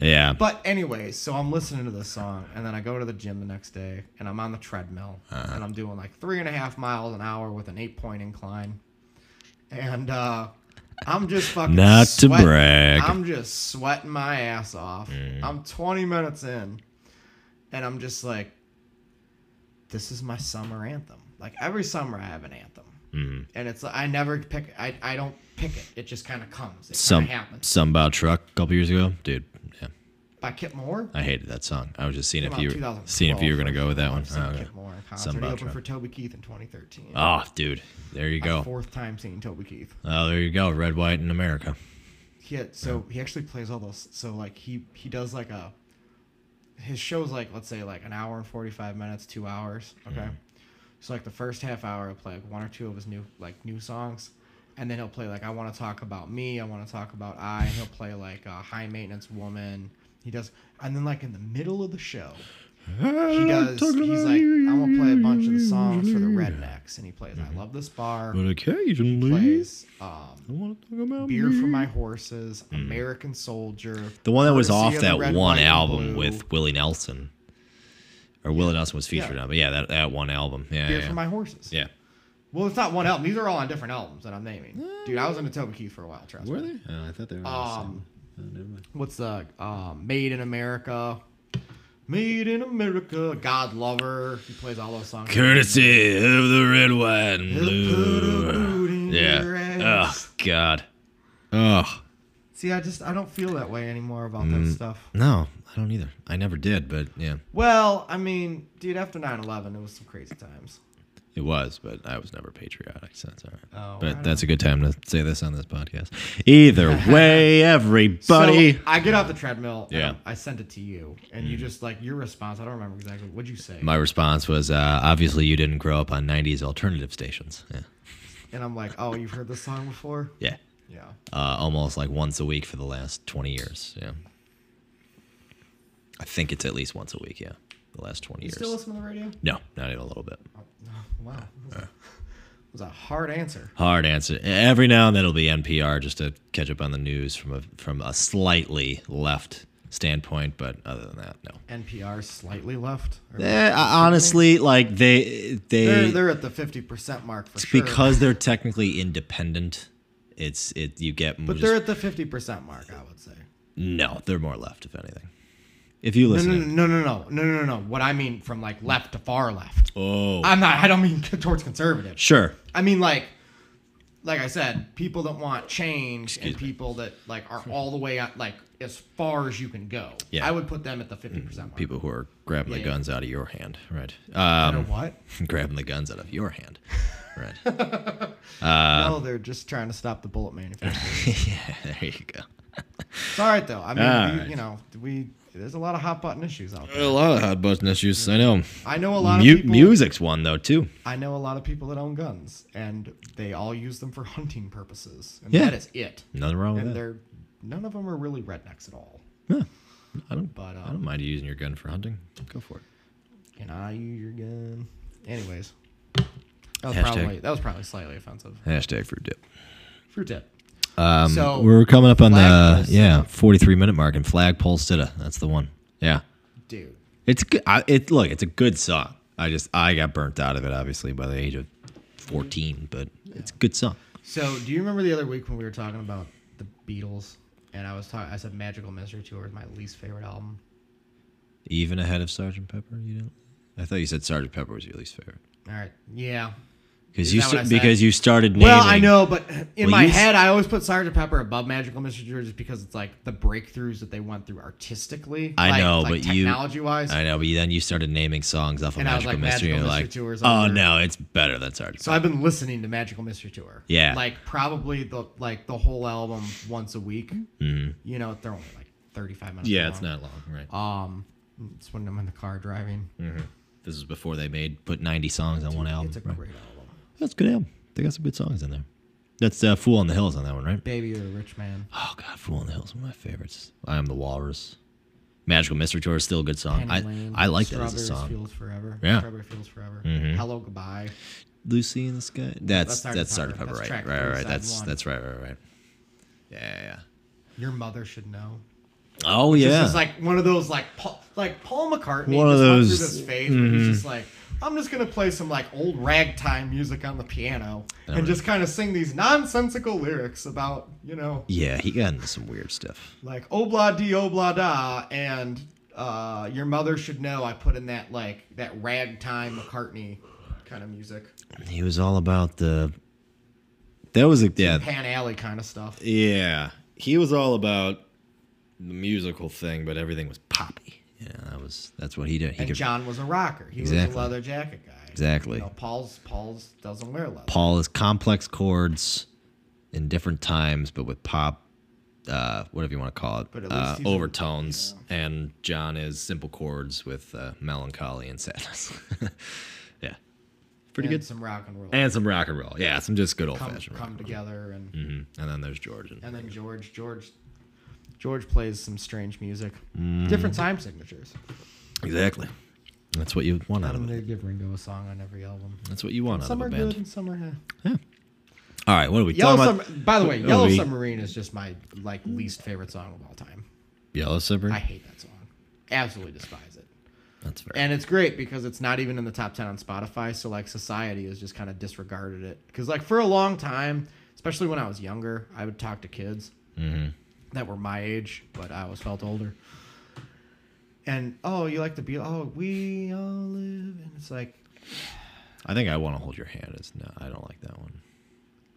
Speaker 2: Yeah.
Speaker 1: but anyways, so I'm listening to this song, and then I go to the gym the next day, and I'm on the treadmill,
Speaker 2: Uh-huh.
Speaker 1: and I'm doing like three and a half miles an hour with an eight point incline, and uh, I'm just fucking
Speaker 2: Not to
Speaker 1: sweating.
Speaker 2: brag. Mm.
Speaker 1: I'm just sweating my ass off. I'm 20 minutes in, and I'm just like, this is my summer anthem. Like every summer, I have an anthem,
Speaker 2: Mm-hmm.
Speaker 1: and it's I never pick. I I don't pick it. It just kind of comes. It
Speaker 2: some
Speaker 1: kind of happens.
Speaker 2: some about truck a couple years ago, dude. Yeah,
Speaker 1: By Kip Moore.
Speaker 2: I hated that song. I was just seeing
Speaker 1: Came out
Speaker 2: if
Speaker 1: in
Speaker 2: you were,
Speaker 1: 2012
Speaker 2: seeing if you were gonna
Speaker 1: for-
Speaker 2: go with that one.
Speaker 1: I've seen
Speaker 2: Oh, okay.
Speaker 1: Kid Moore in concert.
Speaker 2: Some
Speaker 1: He
Speaker 2: about
Speaker 1: opened
Speaker 2: truck.
Speaker 1: for Toby Keith in 2013.
Speaker 2: Oh, dude, there you go.
Speaker 1: Fourth time seeing Toby Keith.
Speaker 2: Oh, there you go. Red, white, and America.
Speaker 1: He had, so he actually plays all those. So like he he does like a his show's like let's say like an hour and 45 minutes, two
Speaker 2: Mm-hmm.
Speaker 1: hours. Okay. So like the first half hour, I play like one or two of his new like new songs, and then he'll play like I want to talk about me, I want to talk about I. and He'll play like a high maintenance woman. He does, and then like in the middle of the show, he does. He's like, I'm gonna play a bunch of the songs for the rednecks, and he plays
Speaker 2: Mm-hmm.
Speaker 1: I love this bar.
Speaker 2: But occasionally,
Speaker 1: Plays um,
Speaker 2: I want to talk about
Speaker 1: beer for my horses, American Soldier.
Speaker 2: Mm. The one that was
Speaker 1: Courtesy
Speaker 2: off
Speaker 1: of the
Speaker 2: that
Speaker 1: Red,
Speaker 2: one
Speaker 1: White, and
Speaker 2: album
Speaker 1: Blue,
Speaker 2: with Willie Nelson, or Willie Nelson was featured
Speaker 1: Yeah.
Speaker 2: on, but yeah, that, that one album. Yeah,
Speaker 1: Beer
Speaker 2: yeah.
Speaker 1: for my horses.
Speaker 2: yeah.
Speaker 1: Well, it's not one album. These are all on different albums that I'm naming. Dude, I was into Toby Keith for a while. Trust me.
Speaker 2: they? Oh, I thought they were.
Speaker 1: Um,
Speaker 2: oh,
Speaker 1: what's the um, Made in America? Made in America, God Lover. He plays all those songs.
Speaker 2: Courtesy of the red, white, and
Speaker 1: He'll put a
Speaker 2: blue.
Speaker 1: boot in your
Speaker 2: Yeah.
Speaker 1: ass.
Speaker 2: Oh God. Oh
Speaker 1: See, I just I don't feel that way anymore about
Speaker 2: Mm.
Speaker 1: that stuff.
Speaker 2: no, I don't either. I never did, but yeah,
Speaker 1: Well, I mean, dude, after 9/11, it was some crazy times.
Speaker 2: it was. But I was never patriotic, so that's all right.
Speaker 1: Oh,
Speaker 2: but
Speaker 1: right
Speaker 2: that's a good time to say this on this podcast. Either way, everybody.
Speaker 1: So I get off the treadmill. and
Speaker 2: Yeah. Mm.
Speaker 1: I sent it to you, and you just like your response. I don't remember exactly what'd you say,
Speaker 2: My response was, uh, obviously, you didn't grow up on '90s alternative stations. Yeah,
Speaker 1: and I'm like, oh, you've heard this song before?
Speaker 2: yeah,
Speaker 1: Yeah.
Speaker 2: uh, almost like once a week for the last 20 years. Yeah, I think it's at least once a week. Yeah, the last 20
Speaker 1: You
Speaker 2: years.
Speaker 1: still listen to the radio?
Speaker 2: no, not even a little bit.
Speaker 1: Oh, wow. That was, that was a hard answer.
Speaker 2: Hard answer. Every now and then it'll be NPR just to catch up on the news from a from a slightly left standpoint, but other than that, no.
Speaker 1: NPR slightly left. Or-
Speaker 2: Eh, I- honestly, like they they
Speaker 1: they're, they're at the 50% mark for
Speaker 2: it's
Speaker 1: sure.
Speaker 2: because they're technically independent. It's it you get
Speaker 1: but they're at the 50% mark, I would say.
Speaker 2: no, they're more left if anything. If you
Speaker 1: No,
Speaker 2: listen,
Speaker 1: no,
Speaker 2: to-
Speaker 1: no, no, no, no, no, no, no. What I mean from like left to far left.
Speaker 2: oh
Speaker 1: I'm not. I don't mean towards conservative.
Speaker 2: sure,
Speaker 1: I mean like, like I said, people that want change and
Speaker 2: Excuse me.
Speaker 1: people that like are all the way out, like as far as you can go.
Speaker 2: Yeah. Mm,
Speaker 1: I would put them at the 50% mark.
Speaker 2: people who are grabbing the
Speaker 1: Yeah.
Speaker 2: guns out of your hand, right?
Speaker 1: You know
Speaker 2: Um,
Speaker 1: what?
Speaker 2: grabbing the guns out of your hand, right? uh,
Speaker 1: no, they're just trying to stop the bullet manufacturer.
Speaker 2: yeah, there you go.
Speaker 1: It's all right though. I mean,
Speaker 2: All
Speaker 1: we,
Speaker 2: right.
Speaker 1: you know, we there's a lot of hot button issues out there.
Speaker 2: A lot of hot button issues. I know.
Speaker 1: I know a lot
Speaker 2: Mu-
Speaker 1: of people.
Speaker 2: music's one though too.
Speaker 1: I know a lot of people that own guns, and they all use them for hunting purposes, and
Speaker 2: Yeah.
Speaker 1: that is it.
Speaker 2: Nothing wrong with
Speaker 1: And
Speaker 2: that.
Speaker 1: they're none of them are really rednecks at all.
Speaker 2: I don't.
Speaker 1: But
Speaker 2: I don't
Speaker 1: um,
Speaker 2: mind you using your gun for hunting. Go for it.
Speaker 1: can I use your gun? Anyways, that was
Speaker 2: Hashtag.
Speaker 1: probably that was probably slightly offensive.
Speaker 2: Hashtag fruit dip.
Speaker 1: Fruit tip.
Speaker 2: Um,
Speaker 1: So,
Speaker 2: we're coming up on the
Speaker 1: flagpole
Speaker 2: yeah 43 minute mark and flagpole sitta. That's the one. Yeah,
Speaker 1: dude.
Speaker 2: it's good. I, it look, it's a good song. I just I got burnt out of it obviously by the age of 14, but it's a good song.
Speaker 1: So, do you remember the other week when we were talking about the Beatles, and I was talking, I said Magical Mystery Tour is my least favorite album.
Speaker 2: Even ahead of Sergeant Pepper, you know. I thought you said Sergeant Pepper was your least favorite
Speaker 1: All right, yeah,
Speaker 2: because
Speaker 1: Is
Speaker 2: you
Speaker 1: that what I
Speaker 2: st-
Speaker 1: said?
Speaker 2: because you started naming.
Speaker 1: Well, I know, but in
Speaker 2: Well,
Speaker 1: my
Speaker 2: you s-
Speaker 1: head, I always put Sergeant Pepper above Magical Mystery Tour just because it's like the breakthroughs that they went through artistically.
Speaker 2: I
Speaker 1: like,
Speaker 2: know,
Speaker 1: like
Speaker 2: but you-
Speaker 1: technology wise.
Speaker 2: I know, but then you started naming songs off of
Speaker 1: And I was
Speaker 2: Magical
Speaker 1: like,
Speaker 2: Mystery.
Speaker 1: Magical
Speaker 2: and
Speaker 1: Mystery
Speaker 2: you're
Speaker 1: Tour
Speaker 2: like,
Speaker 1: is
Speaker 2: oh
Speaker 1: over."
Speaker 2: no, it's better than Sergeant.
Speaker 1: So I've been listening to Magical Mystery Tour.
Speaker 2: Yeah.
Speaker 1: like probably the like the whole album once a week. You know, they're only like thirty five minutes.
Speaker 2: Mm-hmm. yeah, it's
Speaker 1: long.
Speaker 2: not long, right?
Speaker 1: Um, it's when I'm in the car driving.
Speaker 2: Mm, This is before they made put 90 songs on one album.
Speaker 1: It's a
Speaker 2: right?
Speaker 1: great album.
Speaker 2: That's a good album. They got some good songs in there. That's uh, Fool on the Hills on that one, right?
Speaker 1: Baby, you're a rich man.
Speaker 2: Oh God, Fool on the Hills, one of my favorites. I am the Walrus. Magical Mystery Tour is still a good song.
Speaker 1: Penny
Speaker 2: I,
Speaker 1: Lane,
Speaker 2: I like that as a
Speaker 1: Strawberries
Speaker 2: song.
Speaker 1: Feels forever.
Speaker 2: Yeah. Mm-hmm.
Speaker 1: Strawberry feels forever. Hello goodbye.
Speaker 2: Lucy in the Sky.
Speaker 1: that's
Speaker 2: That's
Speaker 1: Sergeant
Speaker 2: that's Sergeant
Speaker 1: Pepper.
Speaker 2: Pepper,
Speaker 1: That's
Speaker 2: right?
Speaker 1: track
Speaker 2: Right,
Speaker 1: three,
Speaker 2: right, right.
Speaker 1: side
Speaker 2: That's
Speaker 1: one.
Speaker 2: that's right, right, right. Yeah, yeah. yeah.
Speaker 1: Your mother should know.
Speaker 2: Oh
Speaker 1: This
Speaker 2: yeah.
Speaker 1: is like one of those like Paul, like Paul McCartney
Speaker 2: One
Speaker 1: one
Speaker 2: of
Speaker 1: just went
Speaker 2: those- Mm-hmm.
Speaker 1: through this phase where he's just like I'm just gonna play some like old ragtime music on the piano and just kind of sing these nonsensical lyrics about you know
Speaker 2: yeah, he got into some weird stuff.
Speaker 1: like oh, obla di obla da and uh, your mother should know I put in that like that ragtime McCartney kind of music
Speaker 2: He was all about the. That was a yeah.
Speaker 1: pan alley kind of stuff.
Speaker 2: Yeah, he was all about the musical thing, but everything was poppy. Yeah, that was that's what he did. He
Speaker 1: And
Speaker 2: could,
Speaker 1: John was a rocker. He was
Speaker 2: Exactly.
Speaker 1: a leather jacket guy.
Speaker 2: Exactly.
Speaker 1: You know, Paul's Paul's doesn't wear leather.
Speaker 2: Paul is complex chords in different times, but with pop, uh, whatever you want to call it,
Speaker 1: But at least
Speaker 2: uh,
Speaker 1: he's-
Speaker 2: overtones. And John is simple chords with uh, melancholy and sadness. yeah, pretty
Speaker 1: and
Speaker 2: good.
Speaker 1: some rock and roll
Speaker 2: and some rock and roll. Yeah, some just good old
Speaker 1: come,
Speaker 2: fashioned rock.
Speaker 1: come together and
Speaker 2: hmm And then there's Georgian.
Speaker 1: and then George George George plays some strange music,
Speaker 2: Mm.
Speaker 1: different time signatures.
Speaker 2: Exactly. That's what you want out
Speaker 1: And
Speaker 2: of
Speaker 1: they
Speaker 2: it.
Speaker 1: give Ringo a song on every album.
Speaker 2: That's what you want out of
Speaker 1: Some
Speaker 2: a
Speaker 1: are
Speaker 2: band.
Speaker 1: good and some are. eh.
Speaker 2: All right, what are we
Speaker 1: Yellow
Speaker 2: talking about?
Speaker 1: Sub- By the way,
Speaker 2: Oh,
Speaker 1: Yellow
Speaker 2: we-
Speaker 1: Submarine is just my like least favorite song of all time.
Speaker 2: Yellow Submarine.
Speaker 1: I hate that song. Absolutely despise it.
Speaker 2: That's fair.
Speaker 1: And it's great because it's not even in the top 10 on Spotify. So, like, society has just kind of disregarded it. Because, like, for a long time, especially when I was younger, I would talk to kids
Speaker 2: Mm-hmm.
Speaker 1: that were my age, but I always felt older. And, oh, you like the Beatles? Oh, we all live. And it's like
Speaker 2: I think I want to hold your hand. It's no, I don't like that one.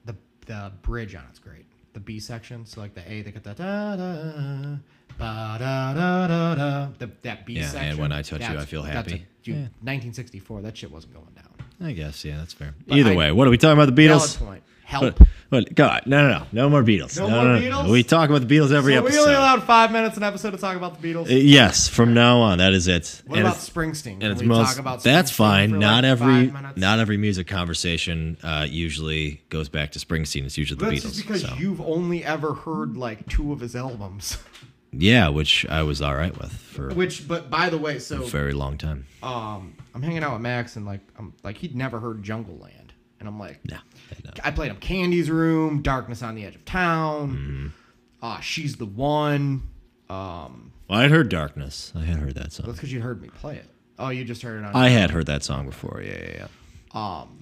Speaker 1: the, the bridge on it's great. The B section. So, like, the A, they got the da da. Ba, da, da, da, da. The, that B
Speaker 2: Yeah, and
Speaker 1: section.
Speaker 2: when I touch you,
Speaker 1: that's-
Speaker 2: I feel
Speaker 1: that's a-
Speaker 2: happy.
Speaker 1: dude,
Speaker 2: Yeah.
Speaker 1: 1964, that shit wasn't going down.
Speaker 2: I guess yeah, that's fair.
Speaker 1: But
Speaker 2: Either
Speaker 1: I-
Speaker 2: way, what are we talking about? The
Speaker 1: Valid
Speaker 2: Beatles.
Speaker 1: point. Help.
Speaker 2: What, what- God, no, no, no, no more Beatles.
Speaker 1: No
Speaker 2: No,
Speaker 1: more
Speaker 2: no,
Speaker 1: Beatles?
Speaker 2: No. We talk about the Beatles every
Speaker 1: so
Speaker 2: episode.
Speaker 1: we only allowed five minutes an episode to talk about the Beatles.
Speaker 2: Uh, yes, from now on, that is it.
Speaker 1: what
Speaker 2: And
Speaker 1: about
Speaker 2: it's-
Speaker 1: Springsteen?
Speaker 2: and it's
Speaker 1: we
Speaker 2: most
Speaker 1: talk about
Speaker 2: that's
Speaker 1: Springsteen
Speaker 2: fine.
Speaker 1: for
Speaker 2: Not
Speaker 1: like
Speaker 2: every
Speaker 1: five minutes?
Speaker 2: not every music conversation uh, usually goes back to Springsteen. It's usually the
Speaker 1: That's
Speaker 2: Beatles.
Speaker 1: just because
Speaker 2: so.
Speaker 1: you've only ever heard like two of his albums.
Speaker 2: yeah, which I was all right with for
Speaker 1: Which, but by the way, so
Speaker 2: a very long time.
Speaker 1: um, I'm hanging out with Max and like I'm like he'd never heard Jungle Land, and I'm like,
Speaker 2: No, no.
Speaker 1: I played him Candy's Room, Darkness on the Edge of
Speaker 2: Mm-hmm.
Speaker 1: Town, Ah, She's the One. Um,
Speaker 2: Well, I'd heard Darkness. I had heard that song.
Speaker 1: that's because you heard me play it. Oh, you just heard it on
Speaker 2: I had heard that song before. Yeah, yeah, yeah.
Speaker 1: um,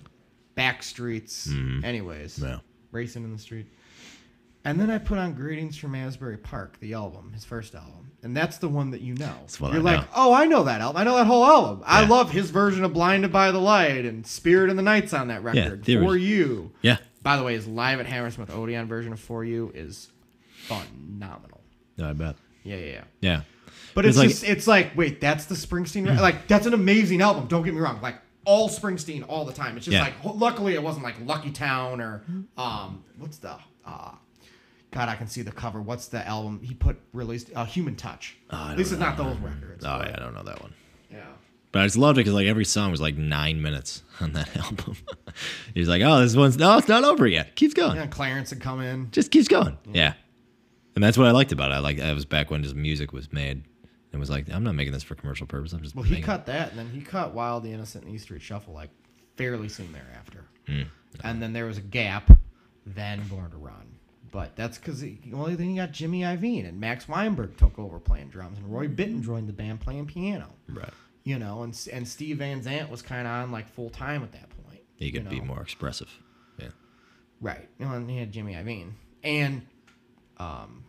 Speaker 1: back streets.
Speaker 2: Mm-hmm.
Speaker 1: Anyways,
Speaker 2: Yeah.
Speaker 1: racing in the street. And then I put on Greetings from Asbury Park, the album, his first album, and that's the one that you know.
Speaker 2: It's what
Speaker 1: You're
Speaker 2: I
Speaker 1: like,
Speaker 2: know.
Speaker 1: oh, I know that album. I know that whole album. I
Speaker 2: Yeah.
Speaker 1: love his version of "Blinded by the Light" and "Spirit in the Nights" on that record.
Speaker 2: there
Speaker 1: For
Speaker 2: was-
Speaker 1: you,
Speaker 2: Yeah.
Speaker 1: by the way, his live at Hammersmith Odeon version of "For You" is phenomenal.
Speaker 2: No, I bet.
Speaker 1: Yeah, yeah, yeah.
Speaker 2: Yeah.
Speaker 1: But
Speaker 2: It's
Speaker 1: it's,
Speaker 2: like- Mm.
Speaker 1: just it's like wait that's the Springsteen like that's an amazing album. Don't get me wrong, like all Springsteen all the time. It's just
Speaker 2: Yeah.
Speaker 1: like ho- luckily it wasn't like Lucky Town or um what's the uh God I can see the cover. What's the album he put released? Uh, Human Touch.
Speaker 2: Oh, I
Speaker 1: At least it's
Speaker 2: don't
Speaker 1: not those records.
Speaker 2: Oh, yeah, I don't know that one.
Speaker 1: Yeah.
Speaker 2: But I just loved it because like every song was like nine minutes on that album. He's like, oh, this one's no, it's not over yet. Keeps going.
Speaker 1: Yeah, Clarence had come in.
Speaker 2: Just keeps going. Yeah. And that's what I liked about it. I like that was back when just music was made. and was like, I'm not making this for commercial purpose. I'm just
Speaker 1: Well, he
Speaker 2: making-
Speaker 1: cut that, and then he cut Wild, the Innocent, and East Street Shuffle like fairly soon thereafter.
Speaker 2: Hmm.
Speaker 1: And then there was a gap, then Born to Run. But that's because the only thing he got Jimmy Iovine and Max Weinberg took over playing drums, and Roy Bittan joined the band playing piano.
Speaker 2: Right.
Speaker 1: You know, and and Steve Van Zant was kind of on like full time at that point.
Speaker 2: He could
Speaker 1: you
Speaker 2: be
Speaker 1: know?
Speaker 2: more expressive. Yeah.
Speaker 1: Right. You know, and he had Jimmy Iovine, and um,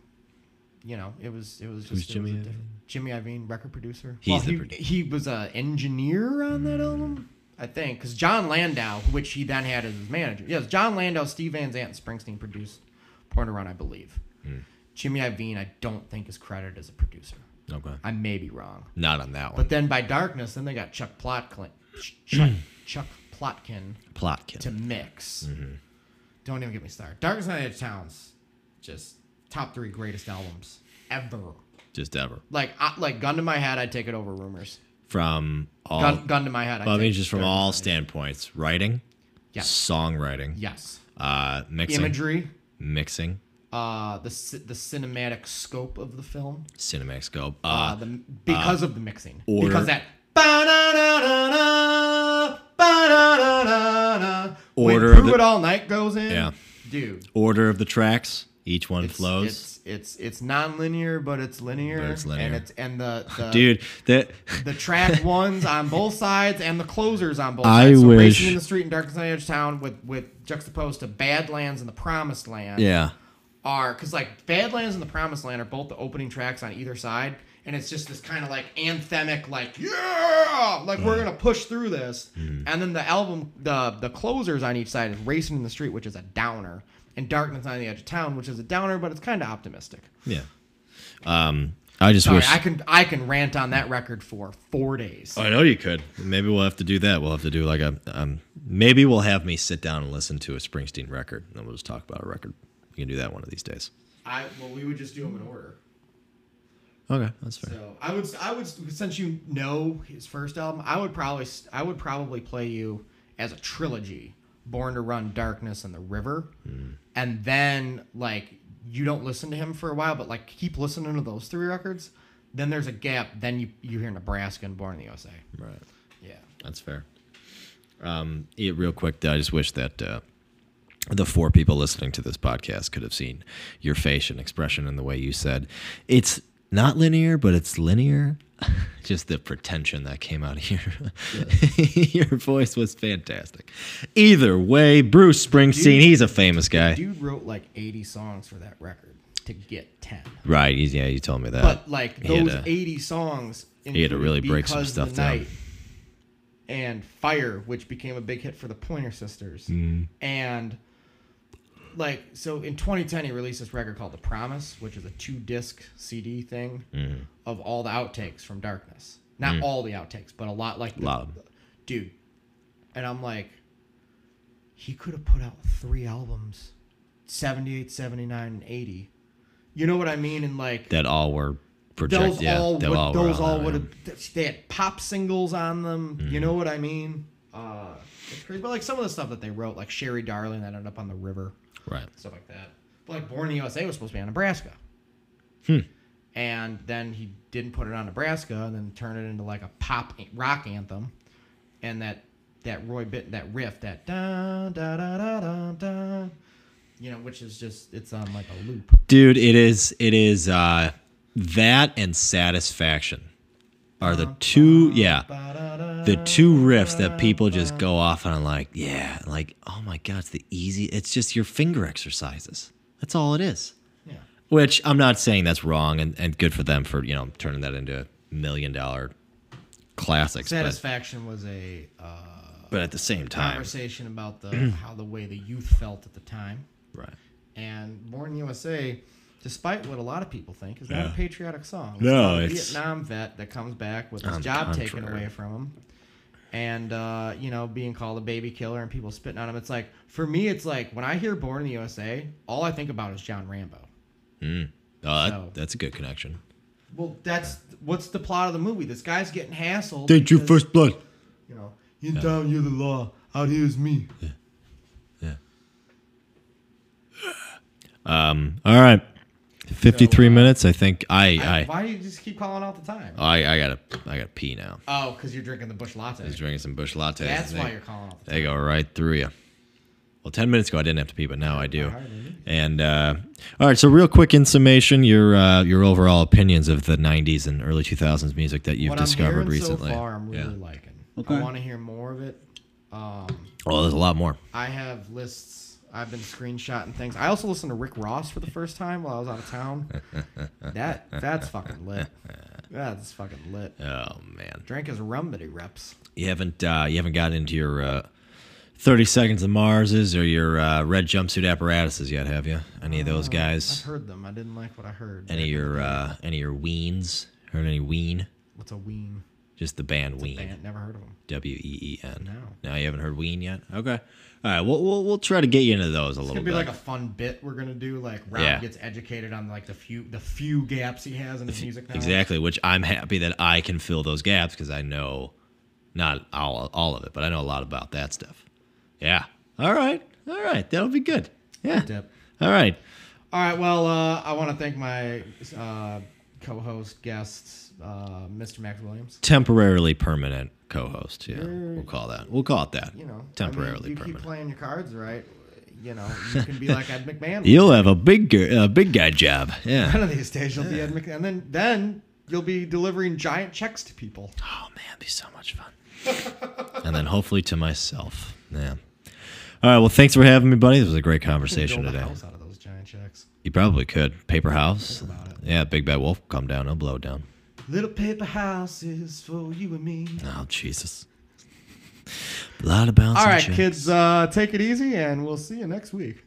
Speaker 1: you know, it was it was just
Speaker 2: Who's
Speaker 1: it was
Speaker 2: Jimmy
Speaker 1: a
Speaker 2: Iovine?
Speaker 1: different- Jimmy Iovine, record producer.
Speaker 2: He's
Speaker 1: well,
Speaker 2: the
Speaker 1: he,
Speaker 2: produ- Hmm.
Speaker 1: he was an engineer on that album, I think, because John Landau, which he then had as his manager. Yes, John Landau, Steve Van Zandt, and Springsteen produced Born to Run, I believe.
Speaker 2: Hmm.
Speaker 1: Jimmy Iovine, I don't think is credited as a producer.
Speaker 2: Okay.
Speaker 1: I may be wrong.
Speaker 2: Not on that one.
Speaker 1: But then by Darkness, then they got Chuck Plotkin,
Speaker 2: Hmm.
Speaker 1: Chuck, Chuck Plotkin
Speaker 2: Plotkin.
Speaker 1: to mix.
Speaker 2: Mm-hmm.
Speaker 1: Don't even get me started. Darkest Night of the Towns, just top three greatest albums ever.
Speaker 2: Just ever.
Speaker 1: Like, I, like gun to my head, I'd take it over Rumors.
Speaker 2: From all
Speaker 1: Gun, gun to my head, I'd
Speaker 2: Well, I
Speaker 1: take
Speaker 2: mean, just from
Speaker 1: Darkest
Speaker 2: all
Speaker 1: Night.
Speaker 2: standpoints, writing,
Speaker 1: Yes.
Speaker 2: songwriting,
Speaker 1: Yes.
Speaker 2: uh, mixing,
Speaker 1: Imagery,
Speaker 2: mixing,
Speaker 1: uh, the ci- the cinematic scope of the film,
Speaker 2: cinematic scope, uh,
Speaker 1: uh, the because of the mixing,
Speaker 2: order-
Speaker 1: because that. ba-da-da-da-da, ba-da-da-da-da, when
Speaker 2: Order of
Speaker 1: Prove
Speaker 2: the-
Speaker 1: It All Night goes in.
Speaker 2: Yeah.
Speaker 1: Dude.
Speaker 2: order of the tracks. Each one
Speaker 1: It's-
Speaker 2: flows.
Speaker 1: It's it's it's non-linear, but it's linear.
Speaker 2: But it's linear.
Speaker 1: And it's and the, the
Speaker 2: Dude, that
Speaker 1: the track ones on both sides and the closers on both
Speaker 2: I
Speaker 1: sides. So
Speaker 2: wish-
Speaker 1: racing in the street and darkness on the edge of town with with juxtaposed to Badlands and the Promised Land
Speaker 2: yeah.
Speaker 1: are because like Badlands and the Promised Land are both the opening tracks on either side, and it's just this kind of like anthemic, like yeah, like we're gonna push through this.
Speaker 2: Mm-hmm.
Speaker 1: And then the album, the the closers on each side is Racing in the Street, which is a downer, and Darkness on the Edge of Town, which is a downer, but it's kind of optimistic.
Speaker 2: Yeah. Um I just
Speaker 1: Sorry,
Speaker 2: wish Oh,
Speaker 1: I can I can rant on that record for four days.
Speaker 2: I know you could. Maybe we'll have to do that. We'll have to do like a um maybe we'll have me sit down and listen to a Springsteen record and then we'll just talk about a record. We can do that one of these days.
Speaker 1: I well, we would just do them in order.
Speaker 2: Okay, that's fair.
Speaker 1: So I would I would since you know his first album, I would probably I would probably play you as a trilogy Born to Run, Darkness, and The River. And then, like, you don't listen to him for a while, but, like, keep listening to those three records. Then there's a gap. Then you, you hear Nebraska and Born in the USA.
Speaker 2: Right.
Speaker 1: Yeah.
Speaker 2: That's fair. Um, yeah, real quick, I just wish that uh, the four people listening to this podcast could have seen your face and expression and the way you said it's not linear, but it's linear. just the pretension that came out of here. your voice was fantastic. Either way, Bruce Springsteen, he's a famous guy.
Speaker 1: Dude wrote, like, 80 songs for that record to get 10.
Speaker 2: right. He's, yeah, you told me that.
Speaker 1: But, like,
Speaker 2: he had
Speaker 1: those
Speaker 2: a-
Speaker 1: 80 songs.
Speaker 2: had to
Speaker 1: included
Speaker 2: really break some
Speaker 1: Because the
Speaker 2: stuff down.
Speaker 1: Night And Fire, which became a big hit for the Pointer Sisters.
Speaker 2: Mm.
Speaker 1: And. like so in 2010 he released this record called the promise which is a two disc cd thing
Speaker 2: Mm-hmm.
Speaker 1: of all the outtakes from darkness not all the outtakes but a lot like the,
Speaker 2: Mm. Lot of 'em.
Speaker 1: dude and i'm like he could have put out three albums 78 79 and 80 you know what i mean and like
Speaker 2: that all were projected.
Speaker 1: those
Speaker 2: Yeah,
Speaker 1: all
Speaker 2: they
Speaker 1: would,
Speaker 2: were
Speaker 1: those
Speaker 2: on
Speaker 1: all
Speaker 2: that
Speaker 1: would
Speaker 2: album.
Speaker 1: have they had pop singles on them. You
Speaker 2: Mm-hmm.
Speaker 1: know what I mean? Uh, it's crazy, but like some of the stuff that they wrote, like Sherry Darling, that ended up on the river,
Speaker 2: Right.
Speaker 1: stuff like that. But like Born in the USA was supposed to be on Nebraska,
Speaker 2: Hmm.
Speaker 1: and then he didn't put it on Nebraska, and then turn it into like a pop an- rock anthem, and that that Roy bit that riff that da da da da da da, you know, which is just it's on like a loop.
Speaker 2: dude it is it is uh that and satisfaction are the two yeah
Speaker 1: Ba-da-da.
Speaker 2: the two riffs that people just go off on like yeah like oh my god it's the easy it's just your finger exercises that's all it is
Speaker 1: Yeah.
Speaker 2: which i'm not saying that's wrong and, and good for them for you know turning that into million dollar classics but,
Speaker 1: Satisfaction was a uh,
Speaker 2: but at the same time
Speaker 1: conversation about the how the way the youth felt at the time,
Speaker 2: right
Speaker 1: and Born in the USA, despite what a lot of people think, is not a
Speaker 2: Yeah.
Speaker 1: patriotic song.
Speaker 2: No,
Speaker 1: about a
Speaker 2: it's-
Speaker 1: Vietnam vet that comes back with his
Speaker 2: On the
Speaker 1: job taken
Speaker 2: contrary.
Speaker 1: away from him, and uh, you know being called a baby killer and people spitting on him. It's like for me, it's like when I hear Born in the USA, all I think about is John Rambo.
Speaker 2: uh,
Speaker 1: So-
Speaker 2: that's a good connection
Speaker 1: Well, that's what's the plot of the movie. This guy's getting hassled. because,
Speaker 2: blood
Speaker 1: You know, you down, you're the law. Out here is me.
Speaker 2: all right 53
Speaker 1: uh,
Speaker 2: minutes i think i, I
Speaker 1: Why do you just keep calling out the time?
Speaker 2: Oh, I, I gotta I gotta pee now.
Speaker 1: Oh, because you're drinking the bush latte.
Speaker 2: Just drinking some bush lattes.
Speaker 1: That's
Speaker 2: and
Speaker 1: why
Speaker 2: they,
Speaker 1: you're calling off.
Speaker 2: They go right through you. Well, ten minutes ago I didn't have to pee, but now I do. And uh, all right, so real quick in summation, your uh, your overall opinions of the '90s and early 2000s music that you've
Speaker 1: What I'm
Speaker 2: discovered
Speaker 1: hearing
Speaker 2: recently.
Speaker 1: so far, I'm really
Speaker 2: yeah.
Speaker 1: liking.
Speaker 3: Okay.
Speaker 1: I want to hear more of it. Um,
Speaker 2: Oh, there's a lot more.
Speaker 1: I have lists. I've been screenshotting things. I also listened to Rick Ross for the first time while I was out of town. that that's fucking lit. That's fucking lit.
Speaker 2: Oh man,
Speaker 1: Drank his rum that he reps.
Speaker 2: you haven't uh, you haven't gotten into your uh, 30 Seconds of Marses or your uh, red jumpsuit apparatuses yet, have you? Any of those
Speaker 1: I
Speaker 2: guys?
Speaker 1: heard them. I didn't like what I Uh, heard.
Speaker 2: Any of your uh, any of your weens? Heard any ween?
Speaker 1: What's a ween?
Speaker 2: Just the band ween.
Speaker 1: Dang it, never heard of them.
Speaker 2: W E E N.
Speaker 1: No.
Speaker 2: you haven't heard Ween yet. Okay. All right. We'll we'll, we'll try to get you into those a
Speaker 1: It's
Speaker 2: little
Speaker 1: gonna be
Speaker 2: bit.
Speaker 1: like a fun bit we're gonna do. Like Rob
Speaker 2: Yeah.
Speaker 1: gets educated on like the few the few gaps he has in his music. Now.
Speaker 2: exactly. Which I'm happy that I can fill those gaps because I know not all all of it, but I know a lot about that stuff. Yeah. All right. All right. That'll be good. Yeah.
Speaker 1: Dip.
Speaker 2: All right.
Speaker 1: All right. Well, uh, I want to thank my uh, co-host guests, uh, Mr. Max Williams.
Speaker 2: Temporarily permanent co-host. Yeah. We'll call that. We'll call it that.
Speaker 1: You know, I mean,
Speaker 2: Temporarily
Speaker 1: you
Speaker 2: permanent.
Speaker 1: keep playing your cards right. You know, you can be like Ed McMahon.
Speaker 2: You'll have a big gu- uh, big guy job. Yeah.
Speaker 1: One of these days, you'll be Ed McMahon, and then then you'll be delivering giant checks to people.
Speaker 2: Oh man, it'd be so much fun. and then hopefully to myself. Yeah. All right. Well, thanks for having me, buddy. This was a great conversation
Speaker 1: Build a
Speaker 2: today.
Speaker 1: house out of those giant checks.
Speaker 2: You probably could. Paper house.
Speaker 1: about it.
Speaker 2: Yeah, Big Bad Wolf. Come down. I'll blow it down.
Speaker 1: Little paper houses for you and me.
Speaker 2: Oh, Jesus. A lot of bouncing.
Speaker 1: All right,
Speaker 2: chicks.
Speaker 1: kids, uh, take it easy, and we'll see you next week.